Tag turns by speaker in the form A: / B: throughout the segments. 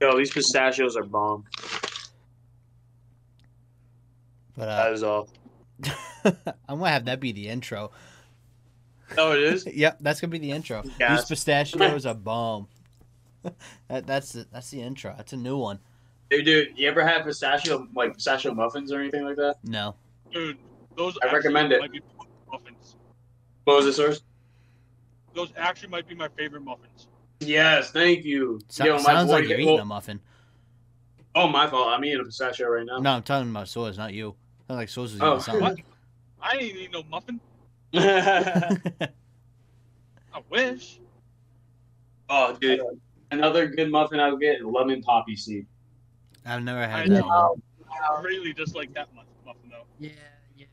A: Yo, these pistachios are bomb.
B: But
A: That
B: uh,
A: is all.
B: I'm gonna have that be the intro.
A: Oh, it is.
B: Yep, that's gonna be the intro.
A: Gas.
B: These pistachios are bomb. that, that's the, that's the intro. That's a new one.
A: Hey, dude, you ever had pistachio like pistachio muffins or anything like that?
B: No,
C: Dude, those
A: I recommend
C: actually
A: it.
C: Might be my muffins.
A: What was the source?
C: Those actually might be my favorite muffins.
A: Yes, thank you.
B: so,
A: Yo, my
B: sounds
A: boy-
B: like you're eating
A: well,
B: a muffin.
A: Oh, my fault. I'm eating a pistachio right now.
B: No, I'm talking about Soz, not you. Sounds like Soz was eating
A: Oh.
C: What?
B: something.
C: I didn't eat no muffin. I wish.
A: oh, dude. Another good muffin I'll get is lemon poppy seed.
B: I've never
C: I
B: had that. one.
C: I really dislike that muff- muffin though.
D: Yeah, yeah.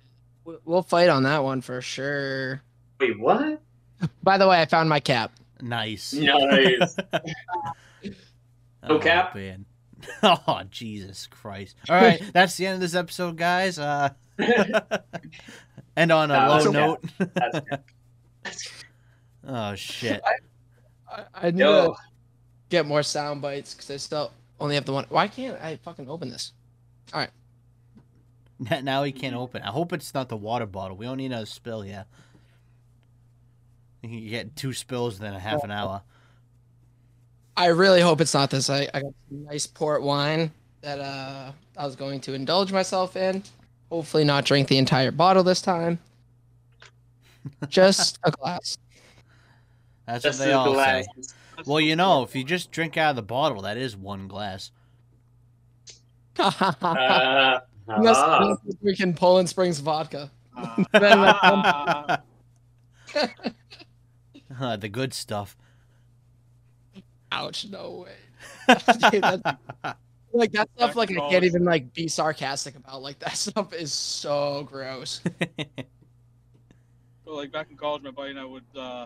D: We- We'll fight on that one for sure.
A: Wait, what?
D: By the way, I found my cap.
B: Nice.
A: Nice. No
B: Oh,
A: cap?
B: man. Oh Jesus Christ! All right, that's the end of this episode, guys. Uh, and on a
A: Nah,
B: low
A: that's
B: note.
A: That's
B: oh shit!
D: I, I need
A: Yo,
D: to get more sound bites because I still only have the one. Why can't I fucking open this?
B: N- Now he can't open. I hope it's not the water bottle. We don't need another spill. Yeah. You get two spills within a half an hour.
D: I really hope it's not this. I, I got some nice port wine that uh, I was going to indulge myself in. Hopefully, not drink the entire bottle this time. Just a glass.
B: That's
A: just
B: what
A: the
B: they all
A: glass.
B: say.
C: That's
B: Well,
C: so
B: you know, if
C: horrible.
B: you just drink out of the bottle, that is one glass.
A: Uh,
D: Unless-
A: ah.
D: unless it's freaking Poland Springs vodka.
C: Ah.
D: Then, uh,
C: Ah.
B: Uh, the good stuff.
D: Ouch! No way. Dude, that's- like that stuff, like I can't even like be sarcastic about. Like that stuff is so gross.
C: So, like back in college, my buddy and I would uh,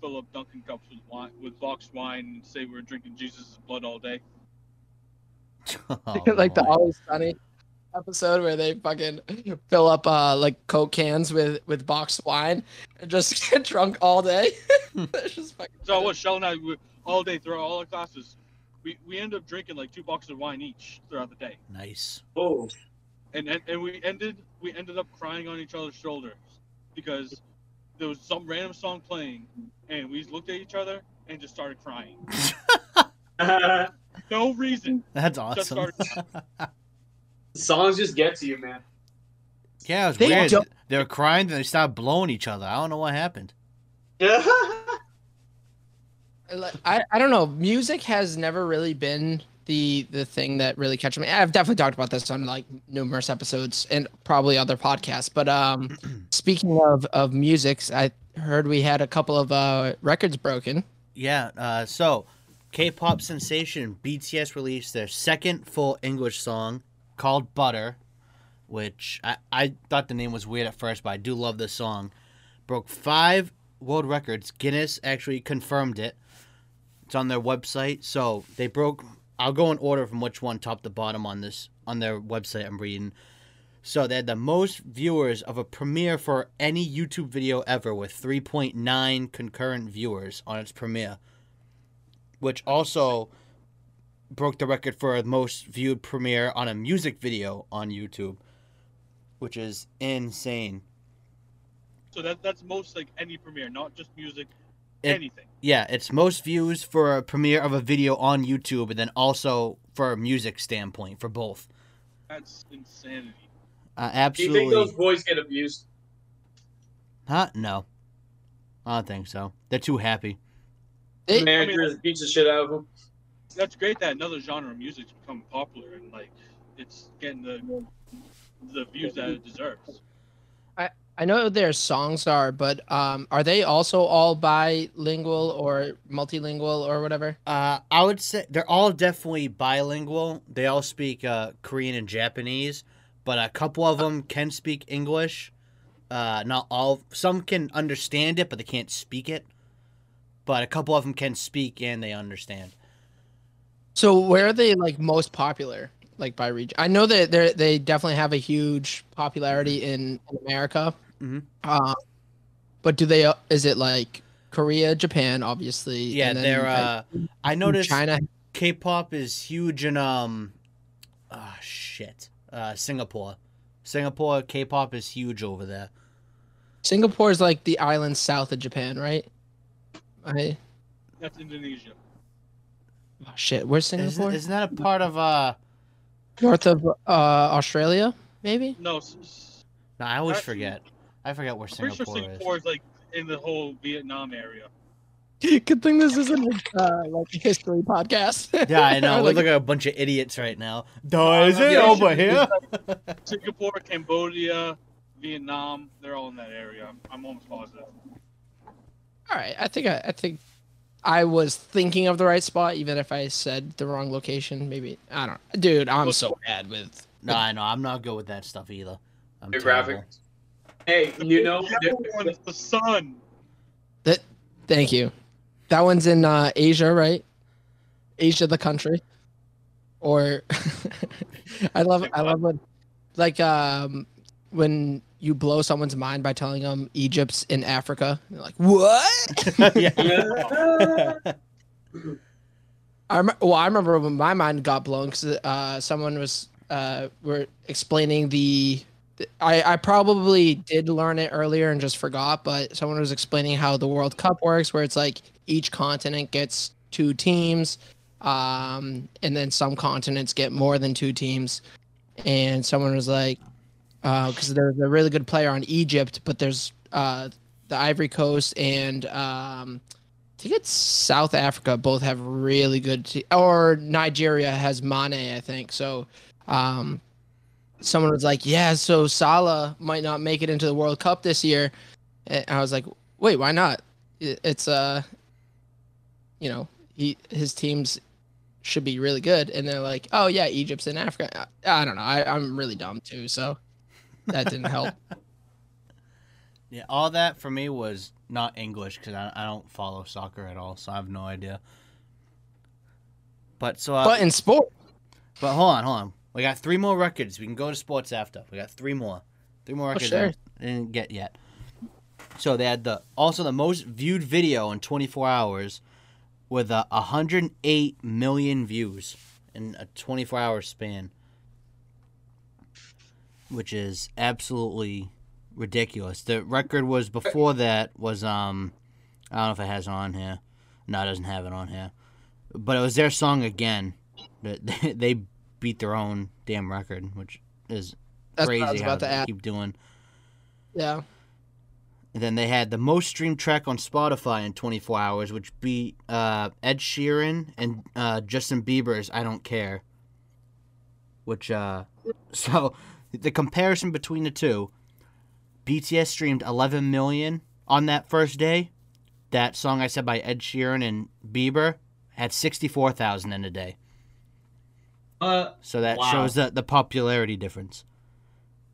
C: fill up Dunkin' cups with wine, with boxed wine, and say we were drinking Jesus' blood all day.
B: Oh,
D: like the
B: Lord.
D: Always Sunny episode where they fucking fill up uh like coke cans with with boxed wine and just get drunk all day. It's just fucking-
C: So what? Shell and I would all day throughout all our classes. We, we ended up drinking like two boxes of wine each throughout the day,
B: nice.
A: Oh,
C: and and, and we ended we ended up crying on each other's shoulders because there was some random song playing, and we just looked at each other and just started crying.
A: Oh.
C: No reason.
B: That's
C: Just
B: awesome.
C: started.
A: songs just get to you, man.
B: Yeah, it was
D: They
B: weird.
D: don't-
B: They were crying and they stopped blowing each other. I don't know what happened.
D: Like, I I don't know. Music has never really been the the thing that really catches me. I've definitely talked about this on like numerous episodes and probably other podcasts. But um, speaking of of music, I heard we had a couple of uh records broken.
B: Yeah, uh, so K-pop sensation BTS released their second full English song called Butter, which I, I thought the name was weird at first, but I do love this song. Broke five world records. Guinness actually confirmed it. It's on their website. So they broke. I'll go in order from which one top to bottom on this on their website. I'm reading. So they had the most viewers of a premiere for any YouTube video ever with 3.9 concurrent viewers on its premiere, which also broke the record for the most viewed premiere on a music video on YouTube, which is insane.
C: So that that's most like any premiere, not just music,
B: It-
C: anything.
B: Yeah, it's most views for a premiere of a video on YouTube, and then also for a music standpoint for both.
C: That's insanity.
B: Uh,
A: Do you think
B: absolutely.
A: those boys get abused?
B: Huh? No, I don't think so. They're too happy.
D: It-
A: Manager just beats the shit out of them.
C: That's great that another genre of music's becoming popular and like it's getting the the views that it deserves.
D: I know their songs are, but um, are they also all bilingual or multilingual or whatever?
B: Uh, I would say they're all definitely bilingual. They all speak uh, Korean and Japanese, but a couple of them can speak English. Uh, not all. Some can understand it, but they can't speak it. But a couple of them can speak and they understand.
D: So where are they like most popular, like by region? I know that they they definitely have a huge popularity
B: Mm-hmm.
D: in, in America.
B: Mhm.
D: Uh, but do they? uh, Is it like Korea, Japan, obviously?
B: Yeah,
D: and then
B: they're.
D: I-
B: Uh, I noticed
D: China
B: K-pop is huge in um, ah shit, uh, Singapore. Singapore K-pop is huge over there.
D: Singapore is like the island south of Japan, right? I
C: That's Indonesia.
D: oh, shit. Where's
B: Isn't,
D: Singapore?
B: isn't that a part of uh?
D: North of uh, Australia, maybe.
C: No, s- s-
B: No, I always
C: Actually,
B: forget. I forget where
C: I'm pretty sure
B: Singapore,
C: Singapore is like in the whole Vietnam area.
D: Good thing this isn't uh, like a history podcast.
B: is. Yeah, I know. We
D: Like-
B: look like a bunch of idiots right now. No, is it
C: Yeah,
B: over
C: it's-
B: here?
C: Singapore, Cambodia, Vietnam, they're all in that area. I'm, I'm almost positive.
D: All right, I think I, I think I was thinking of the right spot, even if I said the wrong location. Maybe I don't. Dude, I'm so bad with.
B: No, I know. I'm not good with that stuff either. I'm
A: Your
B: terrible.
A: graphic. Hey, you know,
C: The other one is the sun.
D: Thank you. That one's in uh, Asia, right? Asia, the country, or I love I love when like um when you blow someone's mind by telling them Egypt's in Africa. They're like what?
B: yeah.
D: I rem- well, I remember when my mind got blown because uh, someone was uh, were explaining the. the- I, I probably did learn it earlier and just forgot, but someone was explaining how the World Cup works, where it's like each continent gets two teams, um, and then some continents get more than two teams. And someone was like, because there's a really good player on Egypt, but there's uh, the Ivory Coast and um, I think it's South Africa. Both have really good, te- or Nigeria has Mane, I think. So, um, someone was like, "Yeah, so Salah might not make it into the World Cup this year," and I was like, "Wait, why not? I- It's uh, you know, he his teams should be really good." And they're like, "Oh yeah, Egypt's in Africa." I, I don't know. I, I'm really dumb too, so that didn't help.
B: Yeah, all that for me was not English because I, I don't follow soccer at all, so I have no idea. But so, uh,
D: but in sport,
B: but hold on, hold on. We got three more records. We can go to sports after. We got three more, three more records.
D: sure.
B: I didn't get yet. So they had the also the most viewed video in 24 hours, with uh, 108 million views in a 24 hour span, which is absolutely ridiculous. The record was before that was um, I don't know if it has it on here. No, it doesn't have it on here. But it was their song again. That they- they beat their own damn record, which is
D: that's
B: crazy
D: what I was
B: how
D: about to
B: they
D: add.
B: keep doing.
D: Yeah,
B: And then they had the most streamed track on Spotify in 24 hours, which beat uh, Ed Sheeran and uh, Justin Bieber's "I Don't Care." Which uh, so the comparison between the two, BTS streamed 11 million on that first day. That song I said by Ed Sheeran and Bieber had 64,000 in a day.
A: uh,
B: So that
A: Wow.
B: shows the, the popularity difference.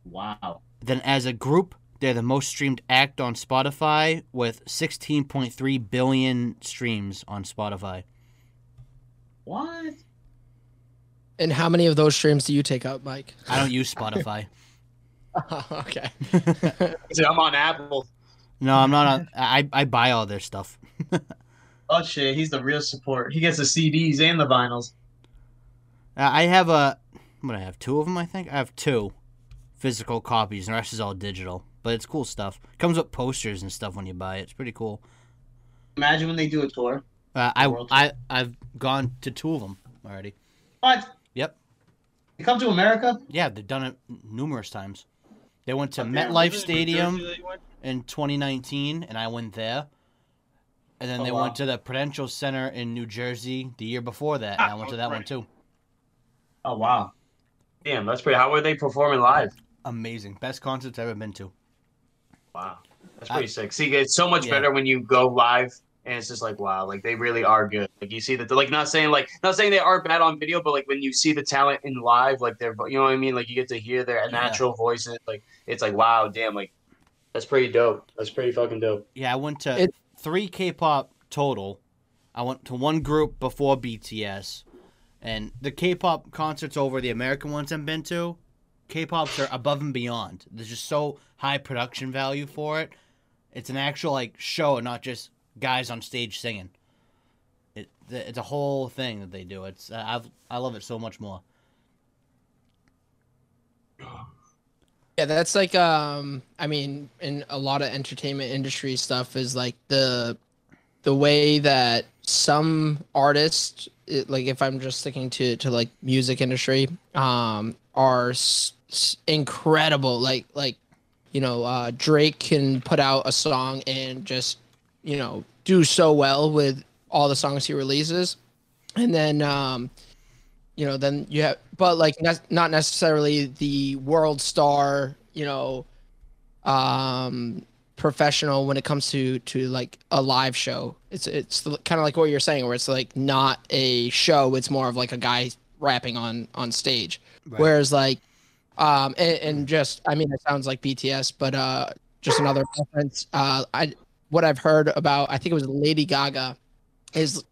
A: wow.
B: Then, as a group, they're the most streamed act on Spotify with 16.3 billion streams on Spotify.
A: What?
D: and how many of those streams do you take up, Mike?
B: I don't use Spotify.
D: okay.
E: See, I'm on Apple.
B: No, I'm not on. I, I buy all their stuff.
E: Oh shit, he's the real support. He gets the CDs and the vinyls.
B: I I have a. What do I have? Two of them, I think? I have two physical copies, and the rest is all digital. But it's cool stuff. Comes with posters and stuff when you buy it. It's pretty cool.
E: Imagine when they do a tour.
B: Uh, I,
E: World.
B: I, I've gone to two of them already.
E: What?
B: Yep.
E: They come to America?
B: Yeah, they've done it numerous times. They went to
E: Okay.
B: MetLife
C: Wasn't it New
B: Stadium.
C: Jersey that you went?
B: in 2019, and I went there. And then
E: Oh,
B: they
E: wow.
B: went to the Prudential Center in New Jersey the year before that, and I
C: Ah,
B: went to that one
C: right.
B: too.
E: Oh wow. Damn, that's pretty. How were they performing live?
B: Amazing, best concerts I've ever been to.
E: Wow, that's
B: I-
E: pretty sick. See, it's so much
B: Yeah.
E: better when you go live, and it's just like wow, like they really are good. Like you see that, they're like not saying like not saying they aren't bad on video, but like when you see the talent in live, like they're you know what I mean. Like you get to hear their
B: Yeah.
E: natural voices. Like it's like wow, damn, like that's pretty dope. That's pretty fucking dope.
B: Yeah, I went to
D: It-
B: three K-pop total. I went to one group before BTS, and the K-pop concerts over the American ones I've been to. K-pops are above and beyond. There's just so high production value for it. It's an actual like show, and not just guys on stage singing. It, th- it's a whole thing that they do. It's I- I've I love it so much more.
D: Yeah, that's like um I mean in a lot of entertainment industry stuff is like the the way that some artists it, like if I'm just sticking to to like music industry um are s- s- incredible like like you know uh Drake can put out a song and just you know do so well with all the songs he releases and then um you know then you have but like ne- not necessarily the world star you know um professional when it comes to to like a live show it's it's kind of like what you're saying where it's like not a show it's more of like a guy rapping on on stage
B: Right.
D: whereas like um and, and just i mean it sounds like bts but uh just another reference uh i what i've heard about i think it was lady gaga is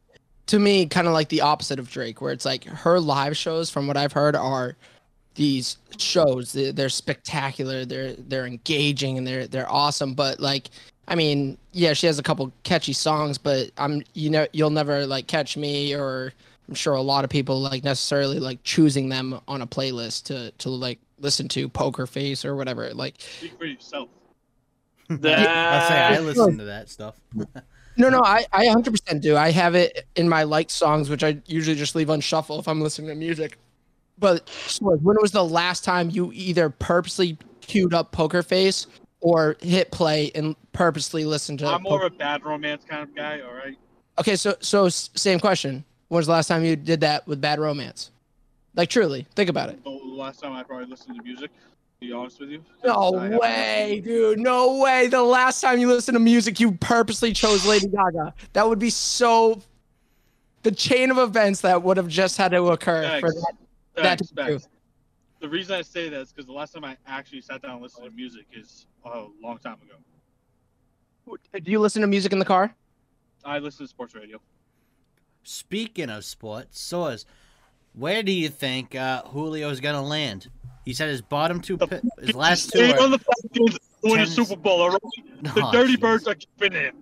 D: to me kind of like the opposite of Drake, where it's like her live shows, from what I've heard, are these shows. They're, they're spectacular. They're they're engaging and they're they're awesome. But like, I mean, yeah, she has a couple catchy songs, but I'm you know you'll never like catch me or I'm sure a lot of people like necessarily like choosing them on a playlist to to like listen to Poker Face or whatever. Like,
C: Speak for yourself.
B: I say I
E: That
B: listen to that stuff.
D: No, no, I, I 100% do. I have it in my liked songs, which I usually just leave on shuffle if I'm listening to music. But Swerve, when was the last time you either purposely queued up Poker Face or hit play and purposely listened to?
C: I'm more
D: Poker-
C: of a bad romance kind of guy. All right.
D: okay, so so s- same question. When was the last time you did that with Bad Romance? Like truly, think about it.
C: The last time I probably listened to music. To be honest with you.
D: No
C: I haven't
D: way, dude. No way. The last time you listened to music, you purposely chose Lady Gaga. That would be so. The chain of events that would have just had to occur for
C: Facts.
D: that.
C: Facts,
D: That's true.
C: facts. The reason I say that is because the last time I actually sat down and listened to music is a long time ago.
D: Do you listen to music in the car?
C: I listen to sports radio.
B: Speaking of sports, Soares, where do you think uh, Julio's gonna land? He said his bottom two, pi- his last two.
C: Stay
B: Are,
C: on the Falcons to win the
B: Tennis.
C: Super Bowl. All right? The
B: Aw,
C: Dirty
B: jeez.
C: Birds are keeping it.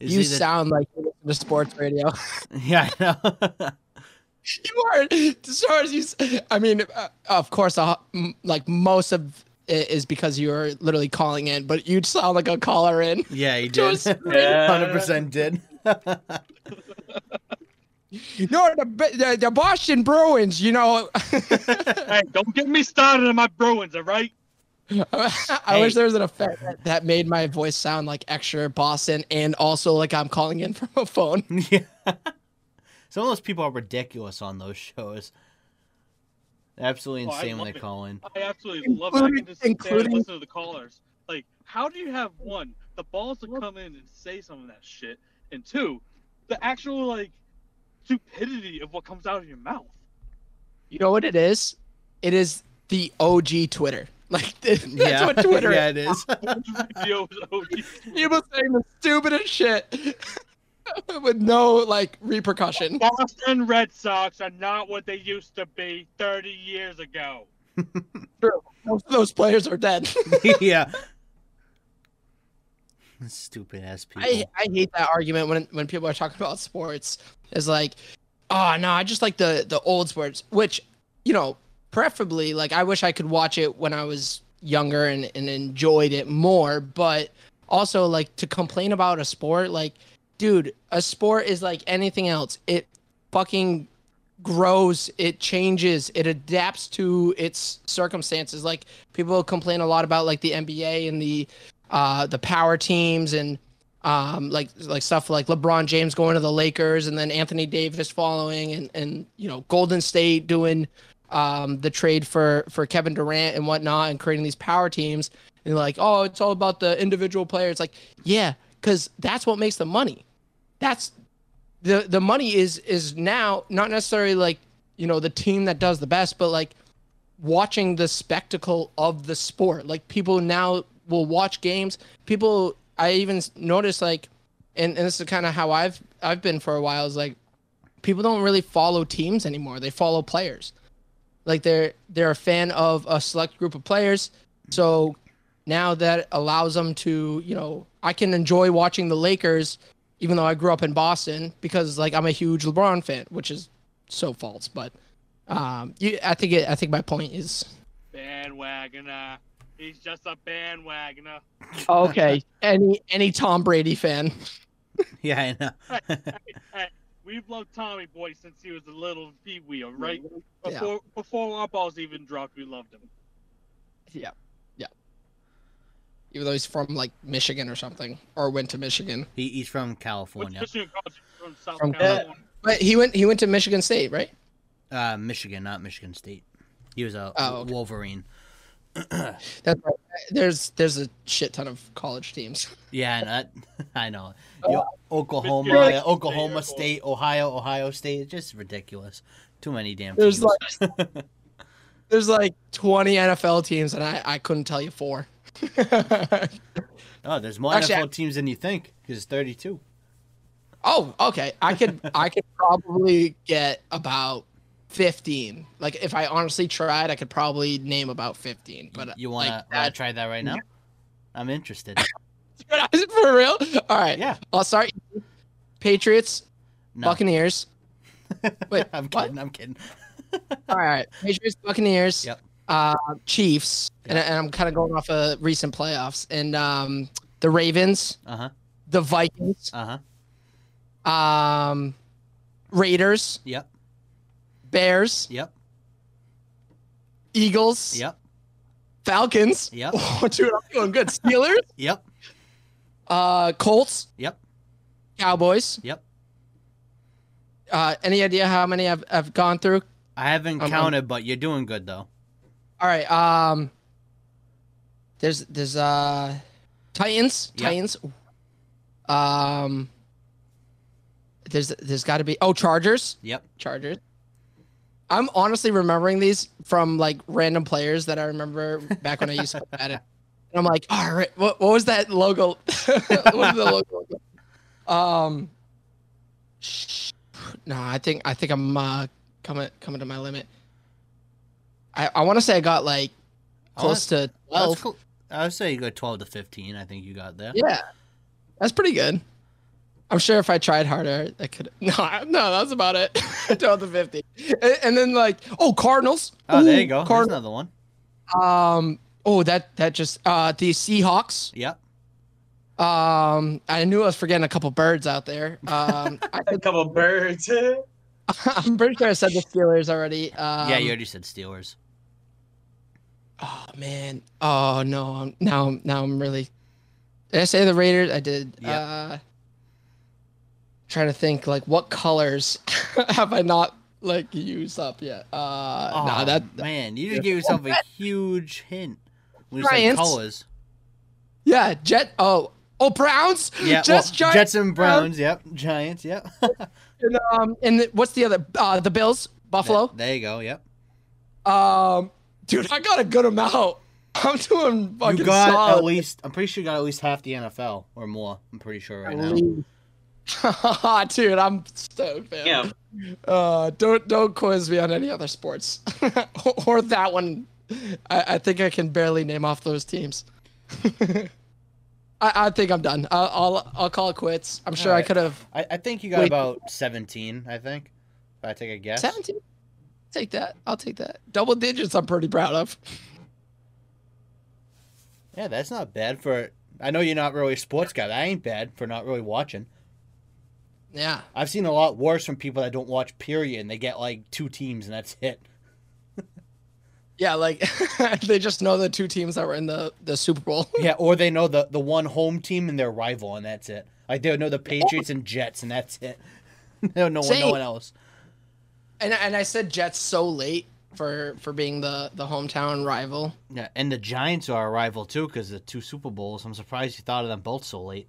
B: Is he
D: you
B: the-
D: sound like you listen to sports radio.
B: Yeah, I know.
D: you are. Sorry, you, s- I mean, uh, of course, uh, m- like most of it is because you're literally calling in, but you sound like a caller in.
B: yeah, he did.
D: Just-
B: Hundred percent did.
D: No, the, the, the Boston Bruins, you know.
C: Hey, don't get me started on my Bruins. All right.
D: I
B: Hey.
D: wish there was an effect that, that made my voice sound like extra Boston and also like I'm calling in from a phone.
B: Yeah. Some of those people are ridiculous on those shows. Absolutely
C: Oh, I
B: insane when
C: love
B: they
C: it.
B: call in.
C: I absolutely love it. I can
D: Including-
C: just sit there and
D: including-
C: listen to the callers. Like, how do you have one, the balls to come in and say some of that shit, and two, the actual like stupidity of what comes out of your mouth?
D: You know what it is? It is the OG Twitter. Like that's
B: yeah,
D: what Twitter
B: yeah,
D: is.
B: it is.
C: Yo, OG.
D: People saying the stupidest shit with no like repercussion.
C: Boston Red Sox are not what they used to be 30 years ago.
D: Most of those players are dead.
B: yeah. Stupid ass people.
D: I, I hate that argument when when people are talking about sports. It's like, oh no, I just like the the old sports, which you know, preferably like I wish I could watch it when I was younger and and enjoyed it more. But also like to complain about a sport, like, dude, a sport is like anything else. It fucking grows, it changes, it adapts to its circumstances. Like people complain a lot about like the NBA and the uh the power teams and um, like like stuff like LeBron James going to the Lakers and then Anthony Davis following and and you know Golden State doing um, the trade for for Kevin Durant and whatnot and creating these power teams and like oh it's all about the individual player it's like yeah because that's what makes the money that's the the money is is now not necessarily like you know the team that does the best but like watching the spectacle of the sport. Like people now will watch games. People I even s- notice like and, and this is kind of how I've I've been for a while is like people don't really follow teams anymore. They follow players. Like they're they're a fan of a select group of players. So now that allows them to, you know, I can enjoy watching the Lakers even though I grew up in Boston, because like I'm a huge LeBron fan, which is so false. But um, you, I think it, I think my point is
C: Bandwagoner. He's just a bandwagoner.
D: okay. any any Tom Brady fan,
B: Yeah, I know.
C: Hey, we've loved Tommy Boy since he was a little pee wee, all right?
D: Yeah.
C: Before before our balls even dropped, we loved him.
D: yeah, yeah. Even though he's from like Michigan or something, or went to Michigan,
B: He, he's from
C: What's
B: California,
C: Michigan College from South
D: From-
C: Carolina?
D: but he went he went to Michigan State, right?
B: uh, Michigan, not Michigan State. He was a
D: Oh, okay.
B: Wolverine.
D: That's right. There's there's a shit ton of college teams.
B: Yeah, and I, I know.
D: Oh,
B: Yo, Oklahoma,
C: Michigan
B: yeah,
C: State,
B: Oklahoma
C: Oklahoma.
B: State, Ohio, Ohio State. It's just ridiculous. Too many damn
D: There's
B: teams.
D: There's like 20 NFL teams, and I I couldn't tell you four.
B: oh, there's more
D: Actually,
B: NFL teams than you think. Because 32.
D: Oh, okay. I could I could probably get about fifteen. Like if I honestly tried, I could probably name about fifteen. But
B: you wanna,
D: like,
B: wanna
D: that-
B: try that right now? I'm interested.
D: for real? All right.
B: yeah.
D: I'll start. Patriots,
B: No,
D: Buccaneers. Wait,
B: I'm
D: what?
B: kidding. I'm kidding.
D: All right. Patriots, Buccaneers.
B: Yep.
D: Uh, Chiefs, and, and I'm kind of going off of recent playoffs, and um, the Ravens,
B: Uh huh.
D: the Vikings,
B: Uh huh.
D: um, Raiders,
B: Yep.
D: Bears,
B: Yep.
D: Eagles,
B: Yep.
D: Falcons.
B: Yep.
D: Oh, dude, I'm doing good. Steelers,
B: Yep.
D: uh, Colts,
B: Yep.
D: Cowboys.
B: Yep.
D: Uh, any idea how many I've, I've gone through?
B: I haven't
D: I'm- I'm-
B: counted, but you're doing good though.
D: All right. Um, there's there's uh, Titans,
B: Yep.
D: Titans. Um, there's there's got to be oh Chargers,
B: Yep.
D: Chargers. I'm honestly remembering these from like random players that I remember back when I used to play at it. And I'm like, all right, what, what was that logo? what was the logo? Um, sh- no, I think I think I'm uh, coming coming to my limit. I, I want to say I got like
B: I wanna-
D: close to
B: Well,
D: twelve.
B: I would say you go 12 to 15. I think you got there.
D: Yeah, that's pretty good. I'm sure if I tried harder, I could. No, I- no, that's about it. Twelve to fifty, and, and then like, oh, Cardinals.
B: Oh, there
D: Ooh,
B: you go. There's
D: Cardinals.
B: another one.
D: Um, oh, that that just uh the Seahawks.
B: Yep.
D: Um, I knew I was forgetting a couple birds out there. Um, I,
E: A couple birds.
D: I'm pretty sure I said the Steelers already. Um,
B: yeah, you already said Steelers.
D: Oh man. Oh no. I'm, now I'm- now I'm really. Did I say the Raiders? I did.
B: Yeah.
D: Uh, trying to think like what colors have I not like used up yet? Uh,
B: Oh,
D: nah, that
B: man, you just gave yourself a huge hint. We said
D: Giants.
B: colors.
D: yeah. Jet. Oh oh Browns.
B: Yeah,
D: Just
B: well,
D: Giants.
B: Jets and Browns. Yep, Giants. Yep.
D: And, um, and the, what's the other? Uh, the Bills. Buffalo.
B: There you go. Yep.
D: Um, dude, I got a good amount. I'm doing fucking
B: you got
D: solid.
B: at least. I'm pretty sure you got at least half the NFL or more. I'm pretty sure right now.
D: Elite. Dude, I'm stoked, man.
E: Yeah.
D: Uh, don't don't quiz me on any other sports or that one. I, I think I can barely name off those teams. I, I think I'm done. I'll I'll, I'll call it quits. I'm sure I
B: Alright.
D: could have
B: I, I think you got
D: Wait.
B: about 17. I think. If I take a guess.
D: 17. Take that. I'll take that. Double digits. I'm pretty proud of.
B: Yeah, that's not bad for. I know you're not really a sports guy. That ain't bad for not really watching.
D: Yeah.
B: I've seen a lot worse from people that don't watch period and they get like two teams and that's it.
D: Yeah. Like they just know the two teams that were in the the Super Bowl.
B: Yeah, or they know the the one home team and their rival and that's it. Like they know the Patriots and Jets and that's it. they don't know one- no
D: Same.
B: one else.
D: And and I said Jets so late for for being the the hometown rival.
B: Yeah, and the Giants are a rival too because the two Super Bowls. I'm surprised you thought of them both so late.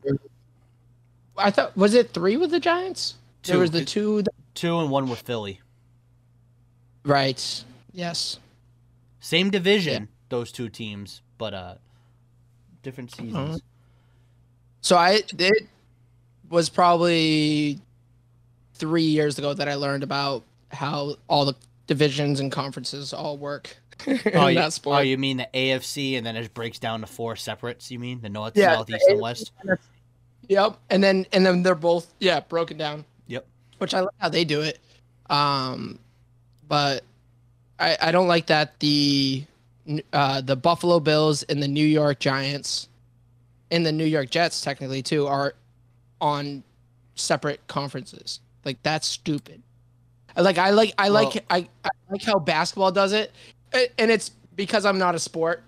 D: I thought was it three with the Giants?
B: Two.
D: There was the two. That,
B: Two and one with Philly.
D: right. Yes.
B: Same division, those two teams, but uh different
D: Uh-huh.
B: seasons.
D: So I it was probably three years ago that I learned about how all the divisions and conferences all work in
B: Oh, you,
D: that
B: oh,
D: sport.
B: you mean the AFC and then it breaks down to four separates, you mean? The North,
D: Yeah,
B: South,
D: the
B: East, and West?
D: Yep. And then and then they're both yeah broken down.
B: Yep.
D: Which I like how they do it, um, but I I don't like that the uh, the Buffalo Bills and the New York Giants and the New York Jets technically too are on separate conferences. Like that's stupid. I Like I like I like
B: Well-
D: I, I like how basketball does it, A- and it's because I'm not a sport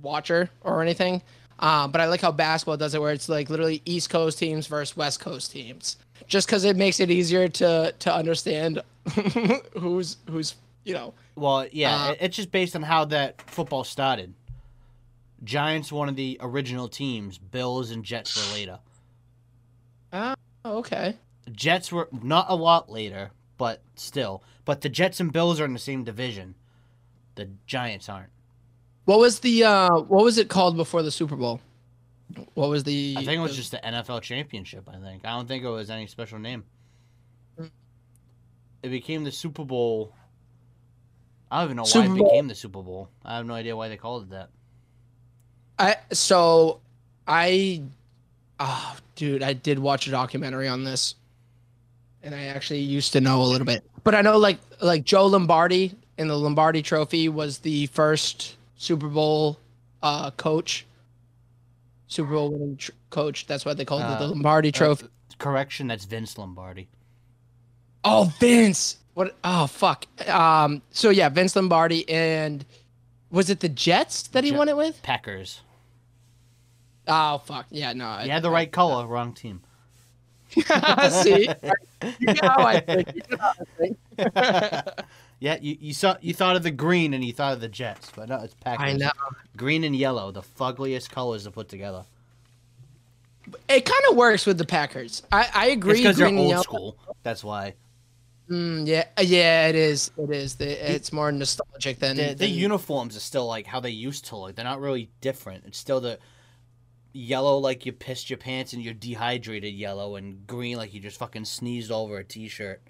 D: watcher or anything. Um, but I like how basketball does it, where it's like literally East Coast teams versus West Coast teams, just because it makes it easier to to understand who's who's you know
B: Well, yeah,
D: Uh,
B: it- it's just based on how that football started. Giants, one of the original teams. Bills and Jets were later.
D: Oh, okay.
B: Jets were not a lot later, but still. But the Jets and Bills are in the same division. The Giants aren't.
D: What was the uh what was it called before the Super Bowl? What was the
B: I think it was just the NFL Championship. I think I don't think it was any special name. It became the Super Bowl. I don't even know why
D: Super
B: it
D: Bowl.
B: became the Super Bowl. I have no idea why they called it that.
D: I so I oh dude, I did watch a documentary on this. And I actually used to know a little bit. But I know like like Joe Lombardi and the Lombardi trophy was the first Super Bowl uh coach. Super Bowl winning tr- coach. That's why they called it
B: Uh,
D: the Lombardi trophy.
B: Correction, that's Vince Lombardi.
D: Oh, Vince. What? Oh, fuck. Um. So yeah, Vince Lombardi and was it the Jets that he
B: Jet-
D: won it with?
B: Packers.
D: Oh, fuck. Yeah, no. I-
B: You had the right color, wrong team.
D: See, you know how I think. You know how I think.
B: yeah, you, you saw you thought of the green and you thought of the Jets, but no, it's Packers.
D: I know.
B: Green and yellow, the fuggliest colors to put together.
D: It kind of works with the Packers. I I
B: It's
D: agree.
B: because they're
D: green and
B: old
D: yellow.
B: school. That's why.
D: Mm, yeah, yeah. It is. It is. The, it's more nostalgic than
B: The, the
D: than-
B: uniforms are still like how they used to look. They're not really different. It's still the yellow like you pissed your pants and you're dehydrated yellow, and green like you just fucking sneezed over a t-shirt.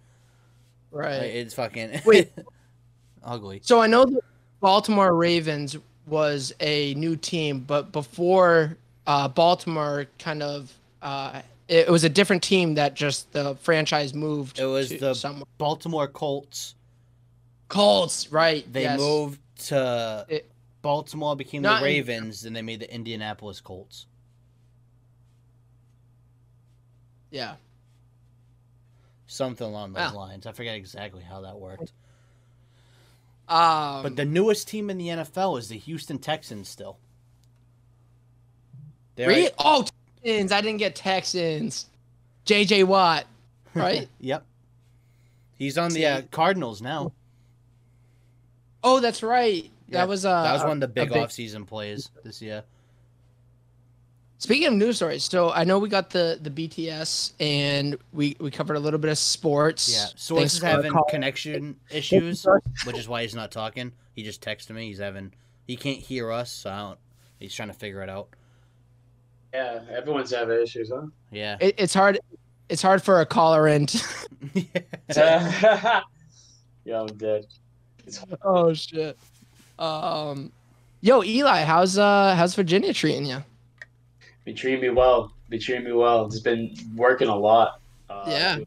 B: Like,
D: right.
B: It's fucking
D: Wait.
B: ugly.
D: So I know the Baltimore Ravens was a new team, but before uh, Baltimore kind of uh, it, it was a different team that just the franchise moved.
B: It was
D: to
B: the-
D: somewhere.
B: Baltimore Colts.
D: Colts, right?
B: They
D: yes.
B: moved to
D: It-
B: Baltimore, became
D: Not
B: the
D: in-
B: Ravens, and they made the Indianapolis Colts.
D: Yeah,
B: Something along those
D: Ah.
B: lines. I forget exactly how that worked.
D: um,
B: But the newest team in the NFL is the Houston Texans still. They're
D: re- oh Texans. I didn't get Texans. J.J. Watt, right?
B: Yep. He's on the uh, Cardinals now.
D: oh, that's right.
B: Yeah,
D: that was uh,
B: that was one of the
D: a
B: big, offseason plays this year.
D: Speaking of news stories, so I know we got the the BTS and we we covered a little bit of sports.
B: Yeah.
D: Thanks
B: Source is
D: for
B: having
D: calling.
B: connection issues, which is why he's not talking. He just texted me. He's having, he can't hear us, so I don't, he's trying to figure it out.
A: Yeah, everyone's having issues, huh?
B: Yeah.
D: It, it's hard. It's hard for a caller in.
A: yeah, I'm dead.
D: oh shit. Um, yo, Eli, how's uh how's Virginia treating you?
A: They treat me well. They treat me well. It's been working a lot. Uh,
D: Yeah.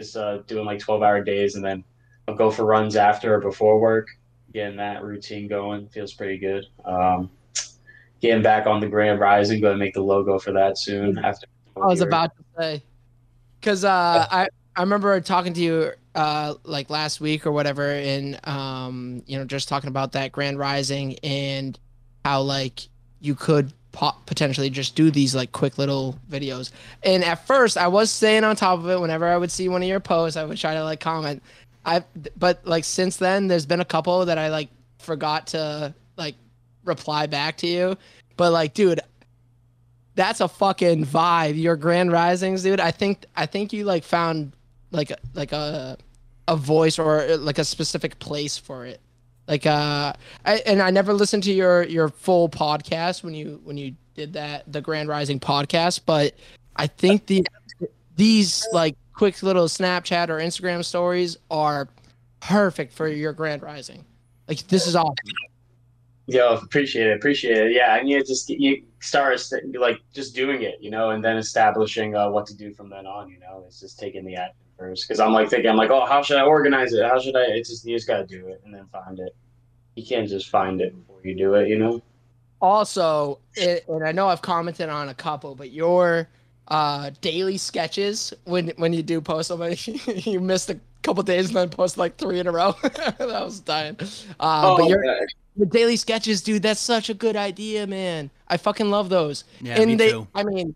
A: Just uh, doing like 12 hour days and then I'll go for runs after or before work. Getting that routine going feels pretty good. Um, getting back on the Grand Rising, going to make the logo for that soon. After
D: I was about to say, because uh, I I remember talking to you uh like last week or whatever, and um you know just talking about that grand rising and how like you could po- potentially just do these like quick little videos. And at first, I was staying on top of it. Whenever I would see one of your posts, I would try to like comment. I but like since then, there's been a couple that I like forgot to like reply back to you. But like, dude, that's a fucking vibe. Your grand risings, dude. I think I think you like found like a- like a a voice or uh, like a specific place for it. Like uh, I, and I never listened to your your full podcast when you when you did that the grand rising podcast, but I think the these like quick little Snapchat or Instagram stories are perfect for your grand rising. Like this is awesome.
A: Yo, appreciate it, appreciate it. Yeah, I need to just get- you start est- like just doing it, you know, and then establishing uh, what to do from then on. You know, it's just taking the action first because I'm like thinking, I'm like, oh, how should I organize it? How should I? It's just you just gotta do it and then find it. You can't just find it before you do it, you know.
D: Also, it, and I know I've commented on a couple, but your uh, daily sketches when when you do post them, you missed a couple days and then post like three in a row. that was dying. Uh, but your,
A: yeah.
D: your daily sketches, dude, that's such a good idea, man. I fucking love those.
B: Yeah,
D: and
B: me
D: they,
B: too.
D: I mean,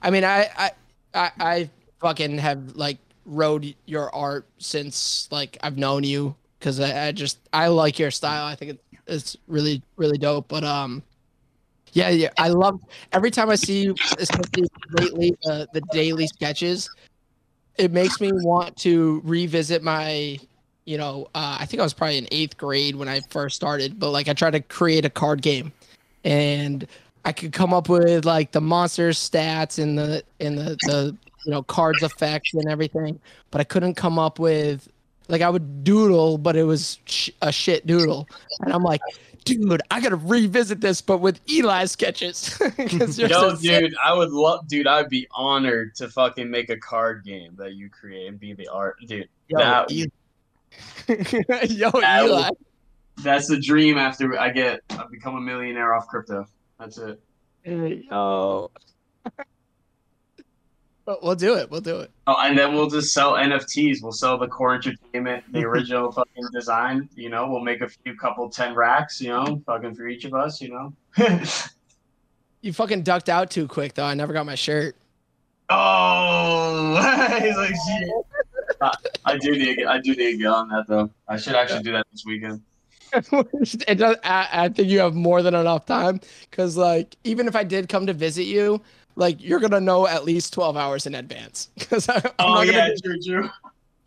D: I mean, I, I, I, I fucking have like rode your art since like I've known you because I, I just I like your style. I think it, it's really really dope. But um, yeah, yeah, I love every time I see you, especially lately uh, the daily sketches. It makes me want to revisit my. You know, uh, I think I was probably in eighth grade when I first started, but like I tried to create a card game, and I could come up with like the monster stats and the and the, the you know cards effects and everything, but I couldn't come up with like I would doodle, but it was sh- a shit doodle, and I'm like, dude, I gotta revisit this, but with Eli's sketches because you're
E: Yo,
D: so sick.
E: dude, I would love, dude, I'd be honored to fucking make a card game that you create and be the art, dude.
D: Yo,
E: that-
D: Eli. Yo,
E: That would-
D: Eli.
E: That's the dream. After I get, I become a millionaire off crypto. That's it.
D: Yo. But we'll do it. We'll do it.
E: Oh, and then we'll just sell NFTs. We'll sell the core entertainment, the original fucking design. You know, we'll make a few couple ten racks. You know, fucking for each of us. You know.
D: You fucking ducked out too quick though. I never got my shirt.
E: oh, he's like, shit. I- I do need to get, I do need to get on that though. I should actually do that this weekend.
D: it does, I, I think you have more than enough time because like even if i did come to visit you like you're gonna know at least 12 hours in advance because i'm
E: Oh
D: not gonna
E: yeah, true, true.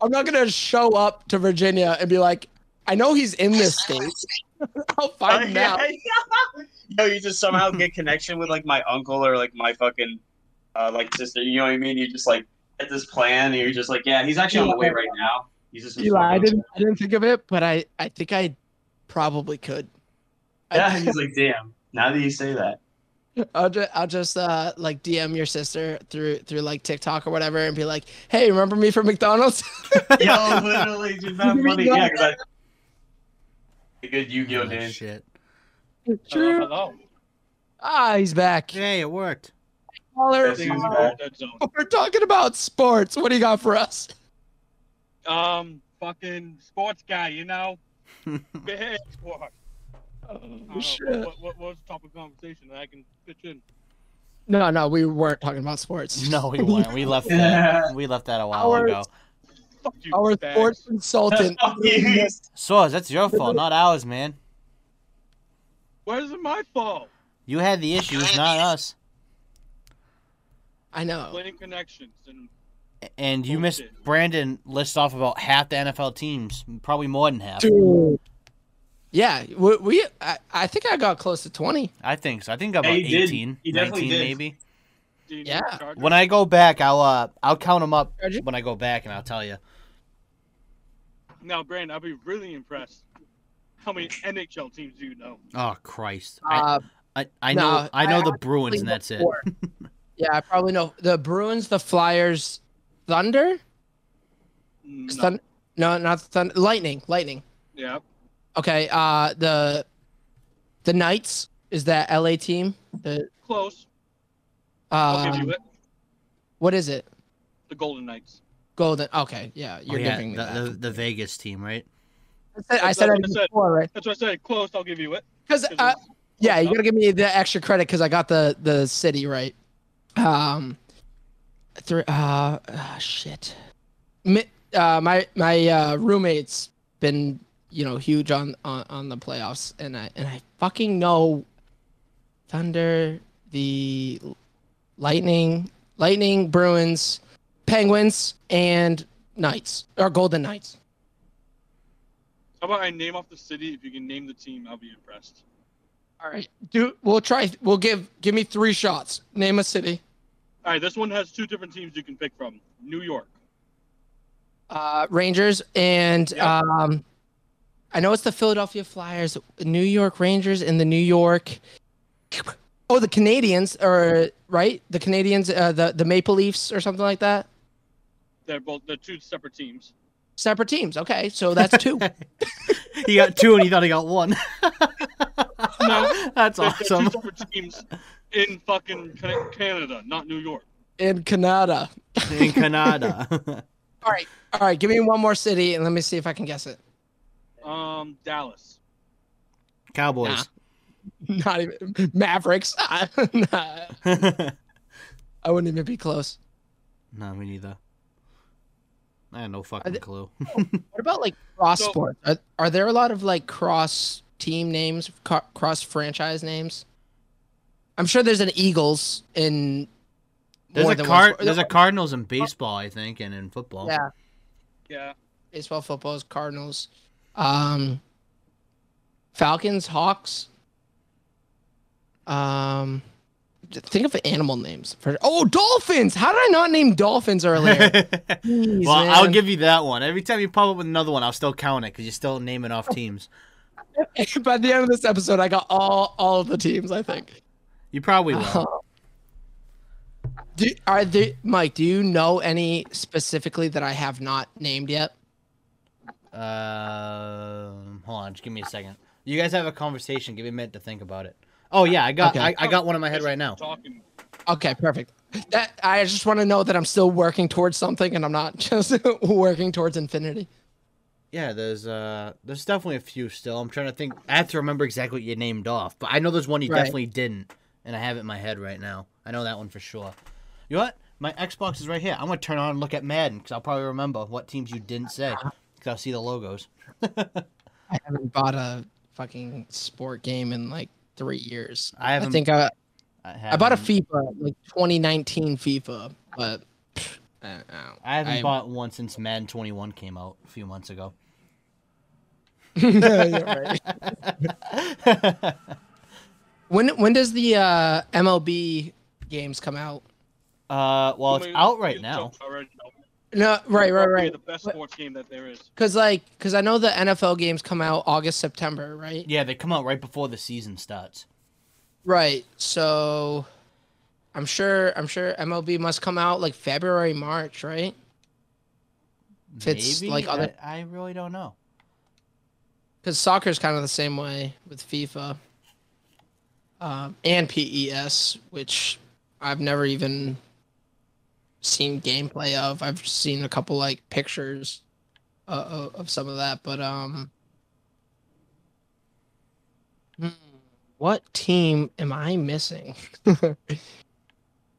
D: i'm not gonna show up to virginia and be like i know he's in this state i'll
E: Oh,
D: find
E: yeah,
D: out
E: yeah. Yo, you just somehow get connection with like my uncle or like my fucking uh, like sister. You know what I mean? You just like get this plan, and you're just like, yeah, he's actually on the way right now. He's just in
D: Eli, i
E: fucking-
D: didn't i didn't think of it but i i think i probably could I
E: Yeah,
D: think
E: he's like, damn. Now that you say that,
D: I'll just I'll just uh like DM your sister through through like TikTok or whatever and be like, hey, remember me from McDonald's?
E: yo, literally, just that
D: You
E: funny.
D: know?
E: Yeah, because I good Yu-Gi-Oh,
B: Oh,
E: dude.
B: shit.
C: Hello,
D: True.
C: hello.
D: Ah, he's back.
B: Hey, it worked.
D: Caller,
E: Yes, he's
D: uh,
E: back.
C: Dead zone.
D: We're talking about sports. What do you got for us?
C: Um, fucking sports guy, you know. Big sport. I
D: Oh,
C: don't know,
D: shit.
C: Uh, what, what, what was the topic of conversation that I can pitch in?
D: No, no, we weren't talking about sports.
B: No, we weren't. We left that. We left that a while
D: Our-
B: ago.
C: Fuck you,
D: Our
C: fags.
D: sports consultant.
E: Fuck you.
B: Soz, that's your fault, not ours, man.
C: Where's it my fault?
B: You had the issues, not us.
D: I know.
C: Winning connections and
B: And
E: Oh,
B: you missed Brandon list off about half the NFL teams, probably more than half.
D: Dude. Yeah, we, we I, I think I got close to 20.
B: I think so. I think I'm
E: Yeah,
B: about
E: you did.
B: 18,
E: You definitely
B: 19
E: did.
B: maybe.
C: do you
D: Yeah.
C: know the Chargers?
B: When I go back, I'll uh, I'll count them up
D: Charger?
B: when I go back, and I'll tell you.
C: now, Brandon, I'll be really impressed. How many NHL teams do you know?
B: Oh Christ! I
D: Uh,
B: I, I know
D: no,
B: I know
D: I
B: the Bruins, and
D: know
B: that's it.
D: four. yeah, I probably know the Bruins, the Flyers, Thunder?
C: No.
D: Is Thun- no, not Thunder. Lightning, Lightning.
C: Mm, yeah.
D: Okay, uh the the Knights is that LA team? The
C: Close. I'll
D: uh
C: give you it.
D: what is it?
C: The Golden Knights.
D: Golden. Okay, yeah, you're
B: oh, yeah,
D: giving me
B: the,
D: that.
B: the the Vegas team, right?
D: I said, I
C: That's
D: said
C: what
D: it
C: I said.
D: before, right?
C: That's what I said. Close. I'll give you it.
D: Because
C: 'Cause
D: uh,
C: it's-
D: yeah, you gotta give me the extra credit because I got the the city right. Um, three. Uh, ah, shit. Mi- uh, my my uh, roommate's been you know huge on, on on the playoffs, and I and I fucking know Thunder, the Lightning, Lightning, Bruins, Penguins, and Knights or Golden Knights.
C: How about I name off the city? If you can name the team, I'll be impressed.
D: All right, dude. We'll try. We'll give. Give me three shots. Name a city.
C: All right, this one has two different teams you can pick from. New York.
D: Uh, Rangers and
C: Yeah.
D: um, I know it's the Philadelphia Flyers, New York Rangers, and the New York. Oh, the Canadians, or right? The Canadians, uh, the the Maple Leafs, or something like that.
C: They're both they're two separate teams.
D: Separate teams. Okay, so that's two.
B: he got two and he thought he got one.
C: No.
B: That's
C: They're- they're
B: awesome.
C: Two separate teams in fucking Can- Canada, not New York.
D: in Canada.
B: In Canada.
D: All right, all right. Give me one more city, and let me see if I can guess it.
C: Um, Dallas.
B: Cowboys.
D: Not even Mavericks. Nah, I wouldn't even be close.
B: no, me neither. I have no
D: Are
B: fucking
D: they-
B: clue.
D: What about like cross
C: So-
D: sports? Are, are there a lot of like cross team names, co- cross franchise names? I'm sure there's an Eagles in.
B: There's
D: more
B: a
D: than
B: card.
D: one sport.
B: There's a Cardinals in baseball, I think, and in football.
D: Yeah.
C: Yeah.
D: baseball, footballs, Cardinals, um, Falcons, Hawks. Um, j- think of animal names. For, oh, dolphins! How did I not name dolphins earlier? Jeez,
B: well, I'll
D: man.
B: give you that one. Every time you pop up with another one, I'll still count it because you're still naming off teams.
D: By the end of this episode, I got all all of the teams. I think.
B: You probably will.
D: Oh. Do, are there, Mike? Do you know any specifically that I have not named yet? Oh.
B: Um, hold on, just give me a second. You guys have a conversation. Give me a minute to think about it. Oh yeah, I got
D: Okay.
B: I, I got one in my head right now.
C: Talking.
D: Okay, perfect. That I just want to know that I'm still working towards something, and I'm not just working towards infinity.
B: Yeah, there's uh there's definitely a few still. I'm trying to think. I have to remember exactly what you named off, but I know there's one you
D: Right.
B: definitely didn't, and I have it in my head right now. I know that one for sure. You know what? My Xbox is right here. I'm gonna turn on and look at Madden because I'll probably remember what teams you didn't say because I'll see the logos.
D: I haven't bought a fucking sport game in like three years.
B: I
D: I
B: haven't.
D: think I, I bought a
B: haven't-
D: FIFA, like 2019 FIFA, but pfft, I don't know.
B: I haven't
D: I-
B: bought one since Madden 21 came out a few months ago.
D: You're right. When when does the uh, MLB games come out?
B: Uh, well, it's
C: Somebody-
B: out right
C: you
B: now.
C: joked already. No,
D: No, right, right,
C: it'll be
D: right.
C: The best
D: But-
C: sports game that there is.
D: Cause like, cause I know the NFL games come out August, September, right?
B: Yeah, they come out right before the season starts.
D: Right. So, I'm sure, I'm sure MLB must come out like February, March, right? If it's,
B: Maybe?
D: like, other-
B: I, I really don't know.
D: because soccer's kind of the same way with FIFA um, and PES, which I've never even seen gameplay of. I've seen a couple like pictures uh, o- of some of that, but um, hmm, what team am I missing?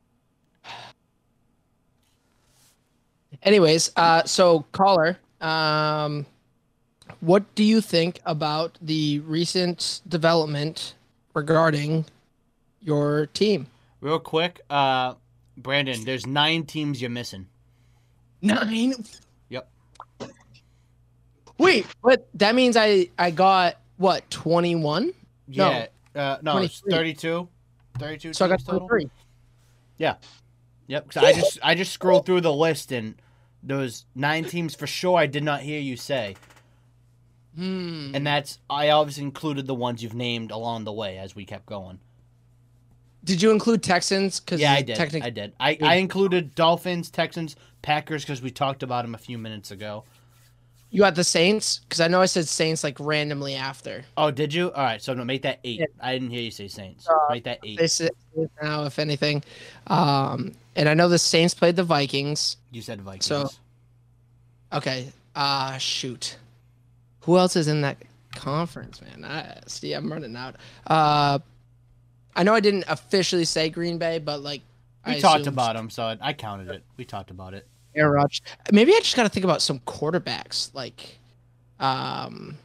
D: Anyways, uh, so caller, um, what do you think about the recent development regarding your team?
B: Real quick, uh, Brandon, there's nine teams you're missing.
D: Nine.
B: Yep.
D: Wait, but that means I I got what twenty one. No.
B: Yeah. No, uh, no it's
D: 23.
B: 32. 32
D: So I got
B: teams total.
D: twenty three.
B: Yep, 'cause I just I just scrolled through the list and there was nine teams for sure I did not hear you say.
D: Hmm.
B: And that's I obviously included the ones you've named along the way as we kept going.
D: Did you include Texans? Cause
B: Yeah, I did.
D: technic-
B: I did. I, I included Dolphins, Texans, Packers because we talked about them a few minutes ago.
D: you got the Saints because I know I said Saints like randomly after.
B: Oh, did you? All right, so no, make that eight.
D: Yeah.
B: I didn't hear you say Saints.
D: Uh,
B: make that eight.
D: They said now, if anything, um, and I know the Saints played the Vikings.
B: You said Vikings.
D: Okay. Uh shoot. Who else is in that conference, man? I see I'm running out. Uh I know I didn't officially say Green Bay, but like
B: we
D: I
B: talked
D: assumed
B: about them, so I, I counted it. We talked about it.
D: Aaron Rodgers. Maybe I just gotta think about some quarterbacks. Like um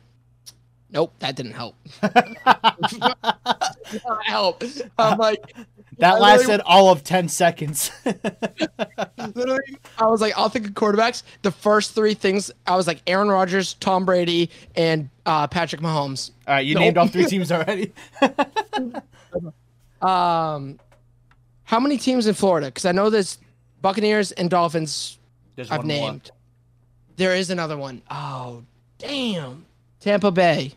D: Nope, that didn't help.
B: that
D: Did not help. I'm like I
B: lasted
D: really-
B: all of ten seconds.
D: literally I was like, I'll think of quarterbacks. The first three things I was like Aaron Rodgers, Tom Brady, and uh Patrick Mahomes.
B: All right, you
D: No.
B: named off three teams already.
D: Um, how many teams in Florida? Because I know there's Buccaneers and Dolphins.
B: There's
D: I've
B: one more.
D: named. There is another one. Oh, damn! Tampa Bay,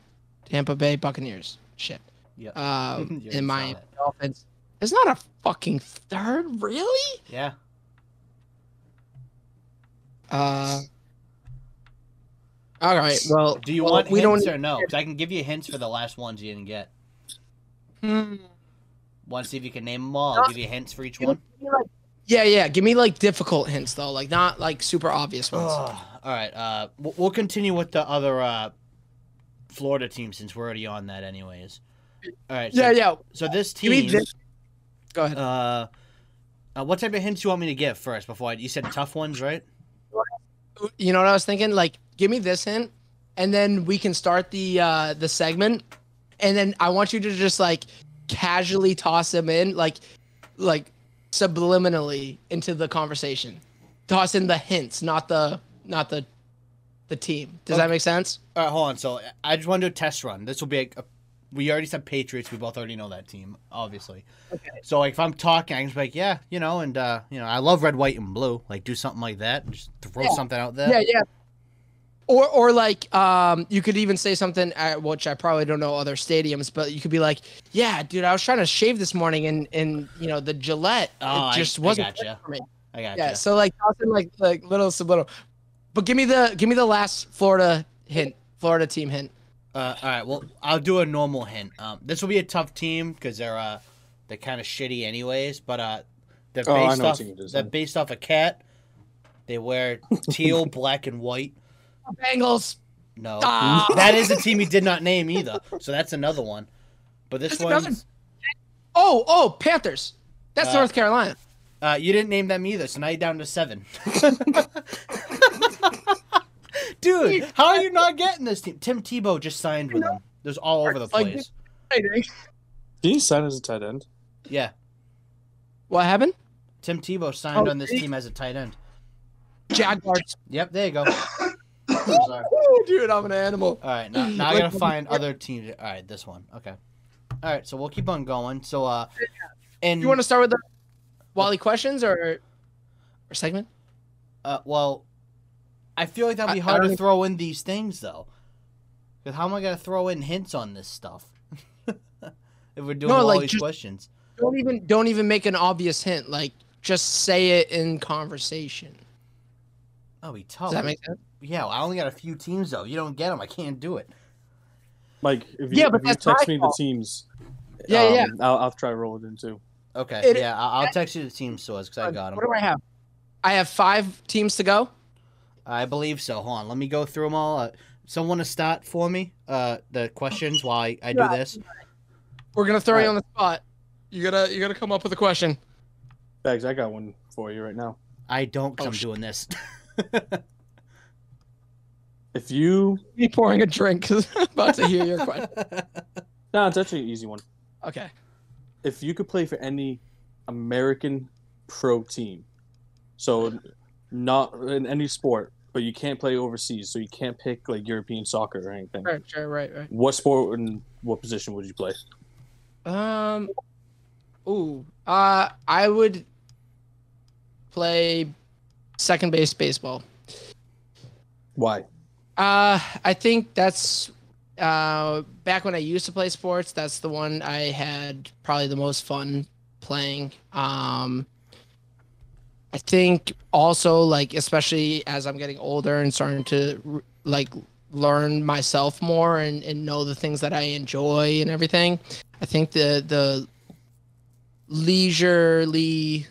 D: Tampa Bay Buccaneers. Shit.
B: Yeah.
D: Um,
B: Yeah, we
D: in
B: saw
D: my
B: that.
D: Dolphins. It's not a fucking third, really.
B: Yeah.
D: Uh. All right. Well,
B: Do you
D: well,
B: want
D: We
B: hints
D: don't.
B: or no? Because I can give you hints for the last ones you didn't get.
D: Hmm.
B: Want to see if you can name them all? I'll give you hints for each one.
D: Yeah, yeah. Give me like difficult hints though, like not like super obvious ones.
B: All right. Uh, we'll we'll continue with the other uh, Florida team since we're already on that, anyways. All right. So,
D: yeah, yeah.
B: So this
D: Give me
B: team.
D: this. Go ahead.
B: Uh, uh, what type of hints do you want me to give first? Before I, you said tough ones, right?
D: you know what I was thinking? Like, give me this hint, and then we can start the uh the segment, and then I want you to just like casually toss them in, like, like subliminally into the conversation. Toss in the hints, not the not the the team. Does that make sense?
B: All right, Uh, hold on. So I just want to do a test run. This will be like a, we already said Patriots. We both already know that team, obviously. So like if I'm talking, I can just be like, yeah, you know, and uh, you know, I love red, white, and blue. Like do something like that. and Just throw
D: Yeah.
B: something out there.
D: Yeah, yeah. Or or like um you could even say something at which I probably don't know other stadiums, but you could be like, Yeah, dude, I was trying to shave this morning and and you know, the Gillette
B: Oh, I-
D: it just
B: I
D: wasn't
B: gotcha.
D: good for me.
B: I got
D: Yeah, so like something like like little subliminal. But give me the give me the last Florida hint, Florida team hint.
B: Uh, all right. Well, I'll do a normal hint. Um, this will be a tough team because they're uh, they're kind of shitty anyways. But uh, they're
F: Oh, I
B: based
F: know what
B: off
F: team it is,
B: they're
F: then.
B: based off a cat. They wear teal, black, and white.
D: Bengals.
B: No,
D: Ah.
B: that is a team you did not name either. So that's another one. But this
D: That's another-
B: one,
D: Oh, oh, Panthers. That's
B: Uh,
D: North Carolina.
B: uh, you didn't name them either. So now you're down to seven. Dude, how are you not getting this team? Tim Tebow just signed with them. There's all over the
D: Like-
B: place.
F: Did he sign as a tight end?
B: Yeah,
D: What happened?
B: Tim Tebow signed on this team as a tight end.
D: Jaguars.
B: Yep, there you go. All
D: Oh, dude, I'm an animal.
B: right, now, now I gotta find other teams. All right, this one. Okay. All right, so we'll keep on going. So, uh, and
D: You want to start with the Wally questions or or segment?
B: uh, well, I feel like that'd be
D: I- I
B: hard
D: don't
B: to
D: even-
B: throw in these things though, because how am I gonna throw in hints on this stuff if we're doing
D: No,
B: all
D: like,
B: these
D: just-
B: questions?
D: Don't even don't even make an obvious hint. Like just say it in conversation.
B: Oh, we
D: Does
B: tough.
D: that make sense?
B: Yeah, well, I only got a few teams though. You don't get them, I can't do it.
F: Like, if you,
D: Yeah, but
F: if you
D: that's
F: text
D: my
F: me
D: fault.
F: the teams,
D: Yeah,
F: um,
D: yeah.
F: I'll, I'll try to roll it in too.
B: Okay,
D: It-
B: yeah, I- I'll text you the team source because I got them.
D: What do I have? I have five teams to go.
B: I believe so. Hold on, let me go through them all. Uh, someone to start for me uh, the questions while I, I do
D: Yeah.
B: this.
D: We're gonna throw
F: Right.
D: you on the spot. You gotta you gotta come up with a question.
F: Bags, I got one for you right now.
B: I don't 'cause
D: Oh,
B: I'm
D: sh-
B: doing this.
F: If you.
D: Me pouring a drink because I'm about to hear your question.
F: No, it's actually an easy one.
D: Okay.
F: if you could play for any American pro team, so not in any sport, but you can't play overseas, so you can't pick like European soccer or anything.
D: Right, sure, right, right.
F: What sport and what position would you play?
D: Um Ooh. Uh I would play second base baseball.
F: Why?
D: Uh, I think that's uh, back when I used to play sports. That's the one I had probably the most fun playing. Um, I think also like especially as I'm getting older and starting to r- like learn myself more and, and know the things that I enjoy and everything. I think the the leisurely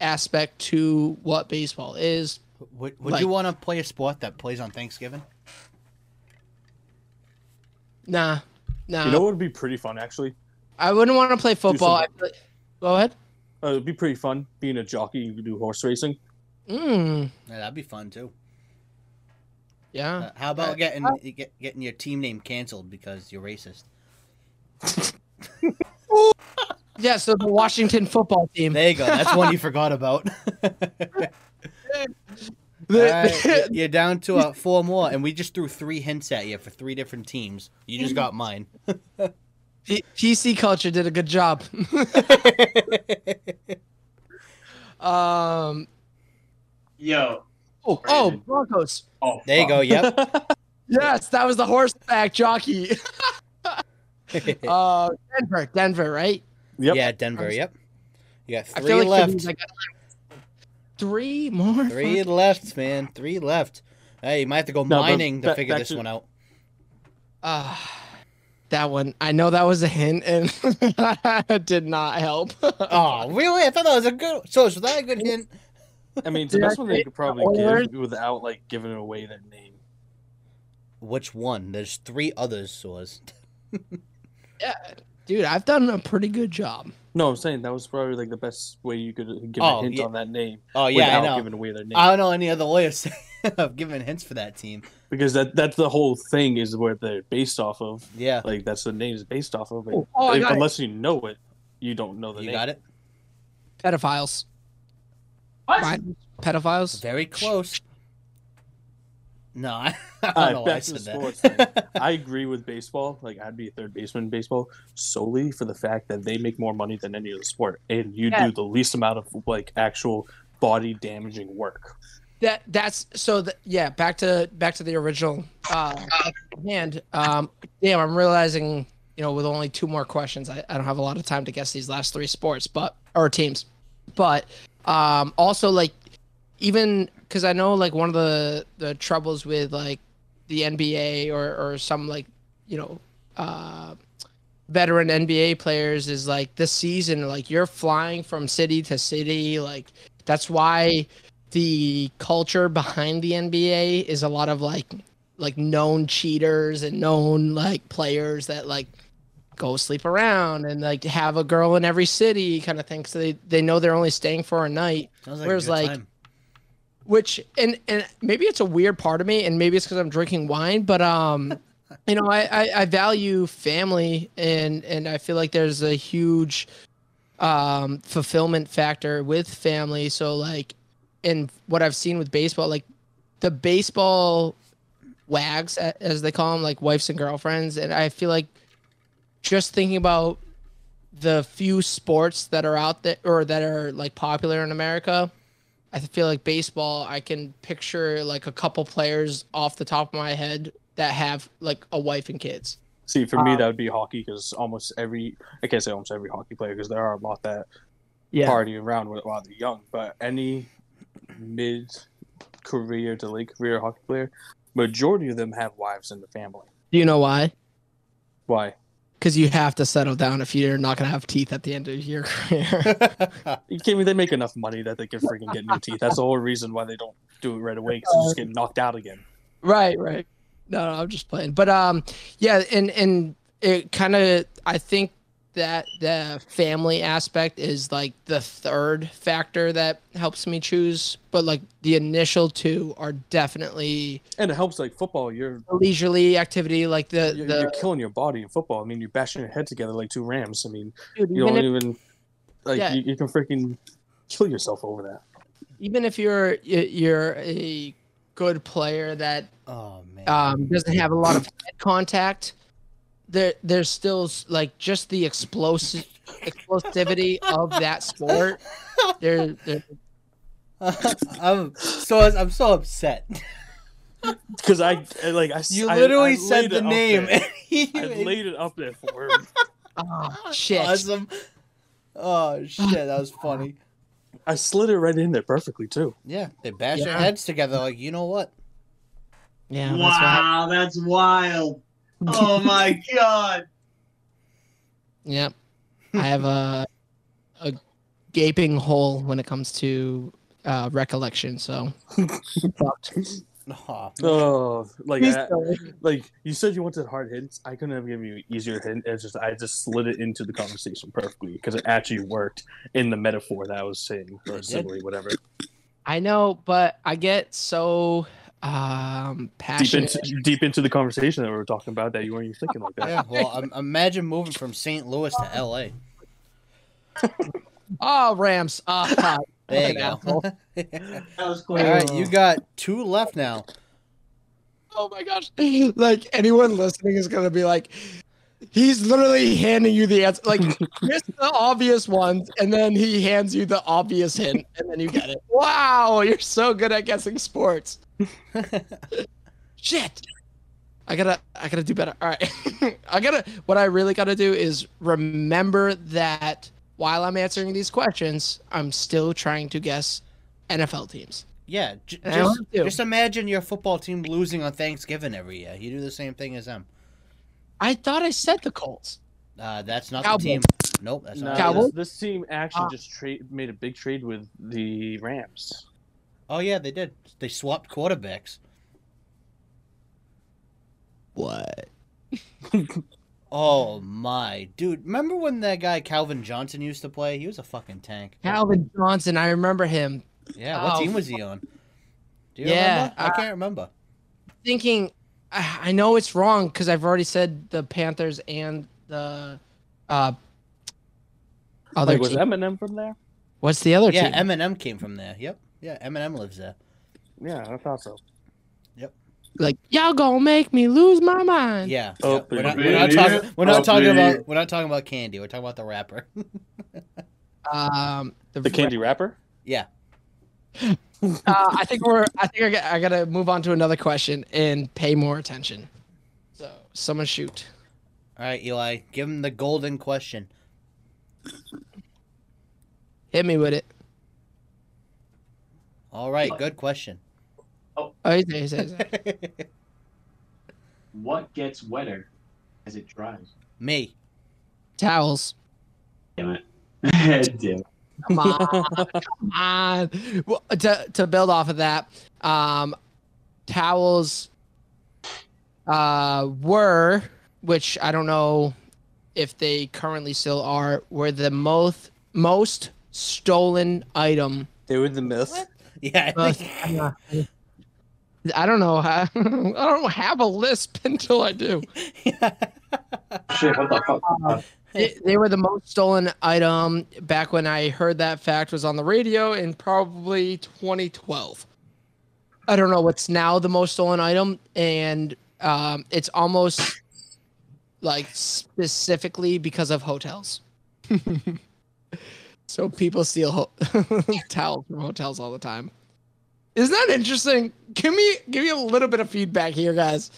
D: aspect to what baseball is
B: would would
D: Like-
B: you want to play a sport that plays on Thanksgiving?
D: nah nah
F: You know what would be pretty fun actually?
D: I wouldn't want to play football. I feel like- Go ahead.
F: Uh, it'd be pretty fun being a jockey. You could do horse racing.
D: Mm,
B: Yeah, that'd be fun too.
D: yeah.
B: Uh, how about
D: Uh,
B: getting get, getting your team name canceled because you're racist?
D: Yeah. So the Washington football team.
B: There you go. That's one you forgot about. All right,
D: The-
B: y- you're down to uh, four more, and we just threw three hints at you for three different teams. You just got mine.
D: the PC culture did a good job. um.
E: Yo.
D: Oh, oh, Broncos.
E: Oh,
B: Uh, There you go. Yep.
D: oh, Yes, that was the horseback jockey. Uh, Denver, Denver, right?
F: Yep.
B: Yeah, Denver. Yep. You got
D: I
B: three
D: feel like
B: left.
D: Philly's, like, three more.
B: three
D: fuck-
B: left, man. Three left. Hey, you might have to go
F: No, but
B: mining to
F: back-
B: figure
F: back
B: this
F: to-
B: one out.
D: Ah, that one. I know that was a hint, and it did not help.
B: Oh, really? I thought that was a good. So is that a good hint?
F: I mean, it's the
D: Did I
F: best one they
D: say
F: could probably
D: Oilers?
F: give without like giving away that name.
B: Which one? There's three others. Source.
D: Dude, I've done a pretty good job.
F: No, I'm saying that was probably like the best way you could uh, give
B: Oh,
F: a hint
B: yeah.
F: on that name
B: Oh yeah,
F: without
B: I know.
F: giving away their name
B: I don't know any other lawyers of giving hints for that team.
F: because that that's the whole thing is what they're based off of.
B: Yeah,
F: Like that's the name is based off of. Like,
D: Oh, I
F: if-
D: got it.
F: unless you know it, you don't know the
B: you
F: name.
B: got it.
D: Pedophiles.
E: What?
D: Mine- Pedophiles.
B: Very close. No, I, I don't
F: All right,
B: know why I
F: back to the
B: said
F: sports
B: that.
F: I agree with baseball. Like I'd be a third baseman in baseball solely for the fact that they make more money than any other sport, and you
D: Yeah.
F: do the least amount of like actual body damaging work.
D: That that's so. The, yeah, back to back to the original uh, hand. Um, damn, I'm realizing you know with only two more questions, I, I don't have a lot of time to guess these last three sports, but or teams, but um, also like even because I know like one of the the troubles with like the NBA or or some like you know uh, veteran NBA players is like this season like you're flying from city to city like that's why the culture behind the NBA is a lot of like like known cheaters and known like players that like go sleep around and like have a girl in every city kind of thing so they they know they're only staying for a night
B: Sounds like
D: Whereas,
B: a good
D: like,
B: time.
D: which and and maybe it's a weird part of me and maybe it's because i'm drinking wine but um you know I, I i value family and and i feel like there's a huge um fulfillment factor with family so like in what i've seen with baseball like the baseball wags a- as they call them like wives and girlfriends and i feel like just thinking about the few sports that are out there or that are like popular in america I feel like baseball, I can picture like a couple players off the top of my head that have like a wife and kids.
F: See, for
D: Um,
F: me, that would be hockey because almost every I can't say almost every hockey player because there are a lot that party around with while they're young, but any mid career to late career hockey player, majority of them have wives in the family.
D: Do you know why?
F: Why?
D: Because you have to settle down if you're not going to have teeth at the end of your career.
F: You kidding me? They make enough money that they can freaking get new teeth. That's the whole reason why they don't do it right away because they just get knocked out again.
D: right, right. No, no, I'm just playing. But um, yeah, and and it kind of I think that the family aspect is like the third factor that helps me choose. But like the initial two are definitely
F: And it helps like football. You're
D: leisurely activity, like the
F: you're,
D: the
F: you're killing your body in football. I mean, you're bashing your head together like two rams. I mean,
D: dude,
F: you
D: even
F: don't
D: if-
F: even like
D: Yeah.
F: you, you can freaking kill yourself over that.
D: even if you're y- you're a good player that
B: oh man.
D: um, doesn't have a lot of head contact, there there's still s- like just the explosive explosivity of that sport. There, there-
B: I'm so I'm so upset.
F: Because I I, like I
B: You
F: I-
B: literally
F: I
B: said
F: laid
B: the
F: it up
B: name.
F: there.
B: and you-
F: I laid it up there for him.
D: oh shit!
B: Awesome. Oh shit, that was funny.
F: I slid it right in there perfectly too.
B: Yeah, they bash their
D: Yeah.
B: heads together like you know what?
D: Yeah, that's why.
E: wow, that's wild. Oh my god.
D: Yep, I have a a gaping hole when it comes to uh, recollection. So,
B: Aw.
F: Oh, like I,
D: Please
F: like you said, you wanted hard hints. I couldn't have given you an easier hint. It's just I just slid it into the conversation perfectly because it actually worked in the metaphor that I was saying or
B: It did.
F: simile, whatever.
D: I know, but I get so um
F: Deep
D: passionate.
F: into deep into the conversation that we were talking about that you weren't even thinking like that.
B: Yeah, well, um, imagine moving from St. Louis to L.A.
D: Oh, Rams. Ah,
B: There you
D: fucking
B: go.
D: asshole.
E: That was
B: All
E: quick.
B: right, you got two left now.
D: oh my gosh. Like anyone listening is gonna be like, he's literally handing you the answer. Like just the obvious ones, and then he hands you the obvious hint, and then you get it. Wow, you're so good at guessing sports. Shit. I gotta I gotta do better. All right. I gotta what I really gotta do is remember that while I'm answering these questions, I'm still trying to guess NFL teams.
B: Yeah, j-
D: And I
B: just,
D: love you.
B: just imagine your football team losing on Thanksgiving every year. You do the same thing as them.
D: I thought I said the Colts.
B: Uh, that's not
D: Cowboys.
B: the team. Nope, that's
F: No,
B: not.
D: Cowboys?
F: this, this team actually
D: Ah.
B: Uh.
F: just trade made a big trade with the Rams.
B: Oh yeah, they did. They swapped quarterbacks.
D: What?
B: Oh my dude! Remember when that guy Calvin Johnson used to play? He was a fucking tank.
D: Calvin Johnson, I remember him
B: Yeah, what
D: Oh,
B: team was he on? Do you
D: Yeah, uh,
B: remember? I can't remember.
D: thinking I, I know it's wrong because I've already said the Panthers and the uh other
F: Like, was
D: team.
F: Eminem from there?
D: What's the other
B: Yeah,
D: team?
B: Eminem came from there. Yep. Yeah, Eminem lives there.
F: Yeah, I thought so.
D: like y'all gonna make me lose my mind.
B: Yeah.
F: Oh,
B: yeah. We're not,
E: please.
B: we're not talking. We're not
E: Oh,
B: talking
E: please.
B: about. We're not talking about candy. We're talking about the rapper.
D: Um, the,
F: The candy wrapper?
B: yeah.
D: Uh, I think we're. I think I, got, I gotta move on to another question and pay more attention. So someone shoot.
B: All right, Eli. Give him the golden question.
D: Hit me with it.
B: All right. Good question.
D: Oh, he's there, he's there, he's there.
A: What gets wetter as it dries?
B: Me.
D: Towels.
A: Damn it. Damn. it.
D: Come on. come on. Well, to to build off of that, um, towels uh were which I don't know if they currently still are were the most most stolen item
F: They were the myth.
B: Yeah. I
D: Uh,
B: think-
D: I don't know. How, I don't have a lisp until I do.
A: Shit, what the fuck?
D: They, they were the most stolen item back when I heard that fact was on the radio in probably 2012. I don't know what's now the most stolen item, and um, it's almost like specifically because of hotels. so people steal ho- towels from hotels all the time. Isn't that interesting? Give me give me a little bit of feedback here, guys.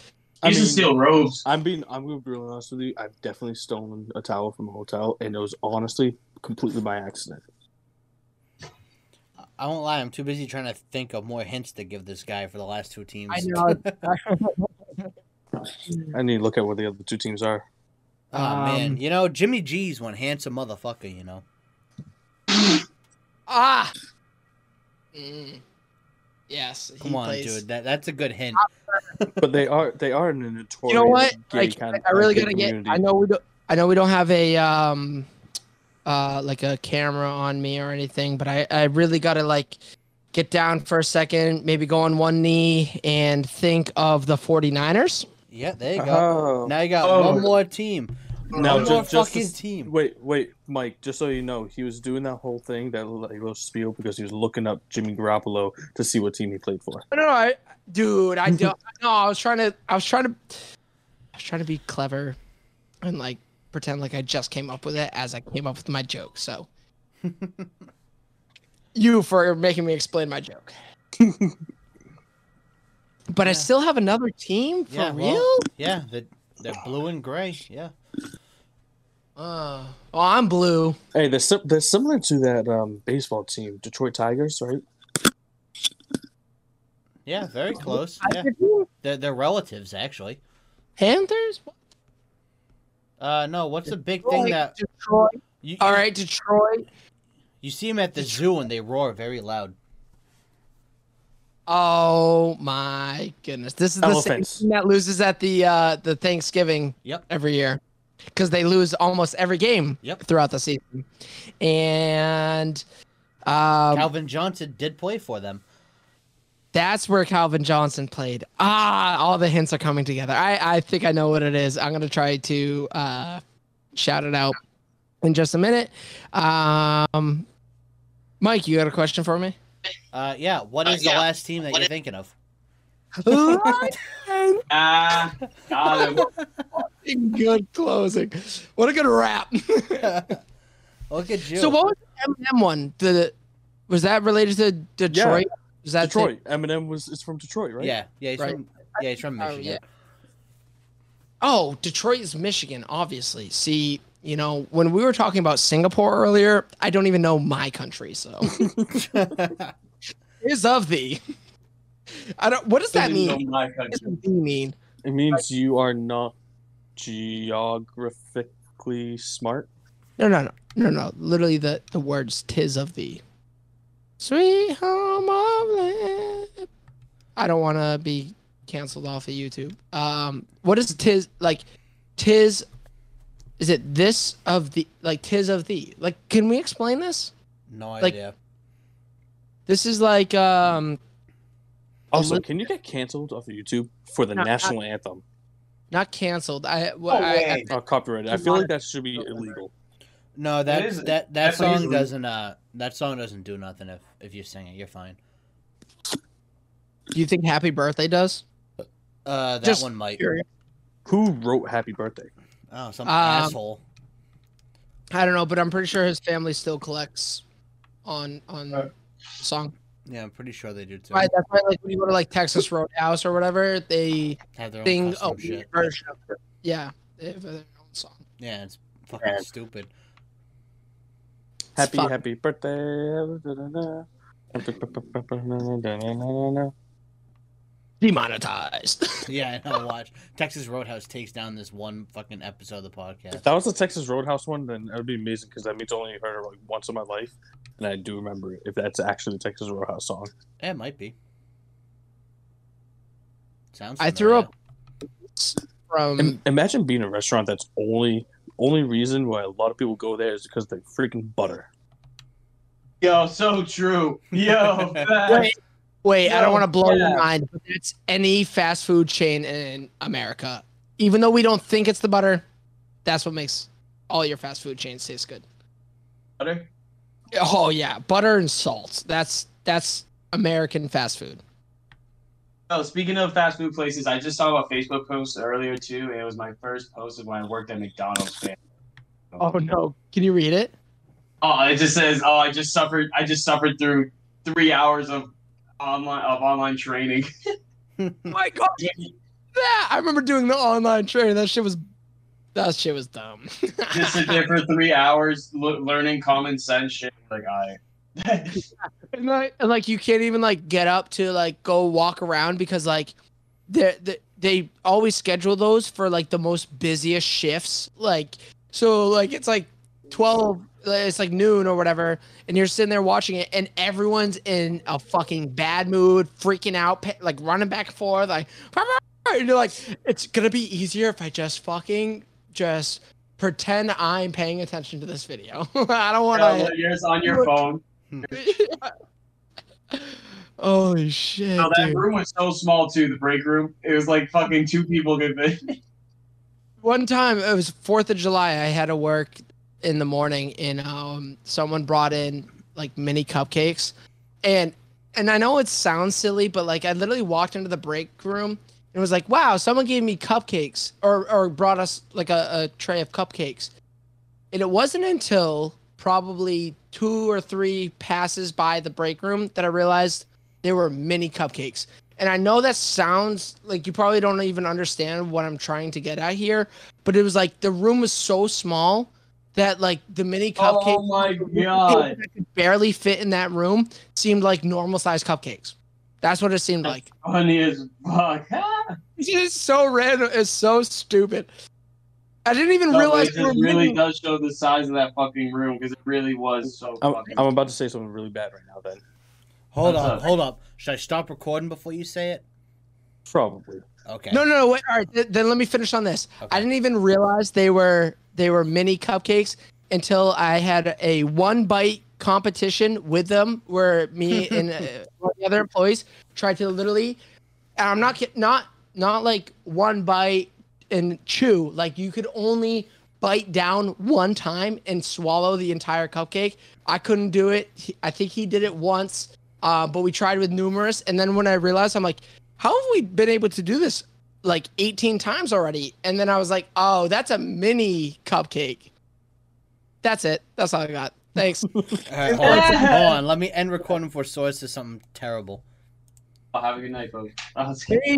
F: I
E: used
F: mean,
E: to steal robes.
F: I'm being I'm gonna be real honest with you. I've definitely stolen a towel from a hotel and it was honestly completely by accident.
B: I won't lie. I'm too busy trying to think of more hints to give this guy for the last two teams.
D: I know.
F: I need to look at what the other two teams are.
B: Oh man,
D: Um,
B: you know Jimmy G's one handsome motherfucker. You know.
D: Ah. Mm. Yes. he
B: Come on,
D: plays-
B: dude. That that's a good hint.
F: But they are they are in a notorious
D: You know what?
F: gay
D: Like,
F: kind of
D: I really
F: gay
D: gotta
F: community.
D: get. I know we don't. I know we don't have a um, uh, like a camera on me or anything, but I I really gotta like get down for a second, maybe go on one knee and think of the 49ers.
B: Yeah, there you go.
F: Oh.
B: Now you got
E: Oh.
B: one more team.
F: Now,
B: one
F: ju-
B: more
F: just
B: fucking
F: this-
B: team.
F: Wait, wait, Mike. Just so you know, he was doing that whole thing, that like, little spiel, because he was looking up Jimmy Garoppolo to see what team he played for.
D: No, no, I, dude, I don't. no, I was trying to. I was trying to. I was trying to be clever, and like pretend like I just came up with it as I came up with my joke. So, you for making me explain my joke. but I still have another team for
B: Yeah, well-
D: real.
B: Yeah, the, they're blue and gray. Yeah.
D: Uh, well, I'm blue.
F: Hey, they're, sim- they're similar to that um, baseball team, Detroit Tigers, right?
B: Yeah, very close. Yeah. They're, they're relatives, actually.
D: Panthers.
B: Uh, no, what's the big thing
D: Detroit,
B: that.
D: Detroit.
B: You,
D: All right, Detroit.
B: You see them at the zoo and they roar very loud.
D: Oh my goodness! This is the
F: Elephants.
D: same team that loses at the uh, the Thanksgiving
B: Yep.
D: every year because they lose almost every game
B: Yep.
D: throughout the season. And um,
B: Calvin Johnson did play for them.
D: that's where Calvin Johnson played. Ah, all the hints are coming together. I, I think I know what it is. I'm going to try to uh, shout it out in just a minute. Um, Mike, you got a question for me?
B: Uh, yeah, what is the last team that you're thinking of?
E: Ah, got him.
D: good closing. What a good wrap.
B: Look at you.
D: so, what was the Eminem one? The, was that related to Detroit? Was that the-
F: Detroit. Eminem was is from Detroit, right?
B: Yeah, yeah, he's
D: Right.
B: from, yeah, he's from
D: Oh,
B: Michigan.
D: yeah. Oh, Detroit is Michigan, obviously. See, you know, when we were talking about Singapore earlier, I don't even know my country, so is of thee. I don't. What does that
E: Didn't know
D: mean?
E: my
D: What does
E: country.
D: thee mean?
F: It means you are not geographically smart.
D: No, no, no, no, no. Literally, the the words "tis of thee." Sweet home of land. I don't want to be canceled off of YouTube. Um, what is tis like? Tis, is it this of the like tis of thee? Like, can we explain this?
B: No
D: Like-
B: idea.
D: This is like um
F: Also,
D: look-
F: can you get canceled off of YouTube for the
D: No, I-
F: national anthem?
D: not canceled. I well,
E: No
D: I, I
E: way.
F: Uh, copyrighted. I feel like that should be illegal.
B: No,
E: That
B: that
E: is-
B: that that
E: that's what
B: song
E: he's-
B: doesn't uh that song doesn't do nothing if if you sing it, you're fine.
D: do you think Happy Birthday does?
B: Uh, that
D: Just
B: one might.
F: Who wrote Happy Birthday?
B: Oh, some
D: Um,
B: asshole.
D: I don't know, but I'm pretty sure his family still collects on on song.
B: Yeah, I'm pretty sure they do too.
D: Right, that's why like when you go to like Texas Roadhouse or whatever, they
B: Have their own
D: sing a
B: custom
D: weird
B: shit.
D: version of it. Yeah, they have their own song.
B: Yeah, it's fucking
E: Yeah.
B: stupid.
F: Happy
D: Fuck.
F: Happy Birthday.
D: Demonetized.
B: Yeah, I know. Watch Texas Roadhouse takes down this one fucking episode of the podcast.
F: If that was the Texas Roadhouse one, then that would be amazing because that means I only heard it like once in my life, and I do remember it. If that's actually the Texas Roadhouse song,
B: Yeah, it might be. Sounds.
D: I threw
B: familiar.
D: up- From
F: Im- imagine being in a restaurant that's only only reason why a lot of people go there is because they freaking butter.
E: Yo, so true. Yo,
D: Wait. wait, I don't
E: No,
D: want to blow
E: yeah.
D: your mind, but that's any fast food chain in America. Even though we don't think it's the butter, that's what makes all your fast food chains taste good.
E: butter.
D: Oh yeah, butter and salt. That's that's American fast food.
E: Oh, speaking of fast food places, I just saw a Facebook post earlier too, and it was my first post of when I worked at McDonald's. man.
D: no, can you read it?
E: Oh, it just says, "Oh, I just suffered. I just suffered through three hours of online of online training."
D: my god, that I remember doing the online training. That shit was that shit was dumb.
E: just sit there for three hours l- learning common sense shit. Like I,
D: and, like, and like you can't even like get up to like go walk around because like they they they always schedule those for like the most busiest shifts. Like so like it's like 12 like, it's like noon or whatever and you're sitting there watching it and everyone's in a fucking bad mood, freaking out, pa- like running back and forth like and you're like it's going to be easier if I just fucking just pretend I'm paying attention to this video. I don't want to
E: no, you're just on your phone.
D: Holy shit,
E: No, that
D: dude.
E: room was so small too. The break room. It was like fucking two people could fit.
D: One time, it was 4th of July, I had to work in the morning and um, someone brought in like mini cupcakes. And and I know it sounds silly, but like I literally walked into the break room and was like, wow, someone gave me cupcakes or, or brought us like a, a tray of cupcakes. And it wasn't until probably two or three passes by the break room that I realized they were mini cupcakes. And I know that sounds like you probably don't even understand what I'm trying to get at here, but it was like the room was so small that like the mini cupcake
E: Oh my god!
D: that could barely fit in that room seemed like normal sized cupcakes. That's what it seemed like.
E: Funny as fuck.
D: It's so random. It's so stupid. I didn't even
E: No, but
D: realize
E: it
D: we were
E: just really
D: mini-
E: does show the size of that fucking room because it really was so
F: I'm,
E: fucking.
F: I'm about to say something really bad right now. Then
B: Hold
E: Thumbs
B: on,
E: up.
B: hold up. Should I stop recording before you say it?
F: probably
B: Okay.
D: No, no, no. Wait. All right. Th- then let me finish on this.
B: Okay.
D: I didn't even realize they were they were mini cupcakes until I had a one bite competition with them, where me and uh, one of the other employees tried to literally. And I'm not kid- not not like one bite and chew. Like you could only bite down one time and swallow the entire cupcake. I couldn't do it. He, I think he did it once, uh, but we tried with numerous. And then when I realized, I'm like, how have we been able to do this like 18 times already? And then I was like, oh, that's a mini cupcake. That's it. That's all I got. Thanks.
B: All right, hold, on, hold on. Let me end recording before Source says something terrible.
E: Have a good night, folks.
D: Hey,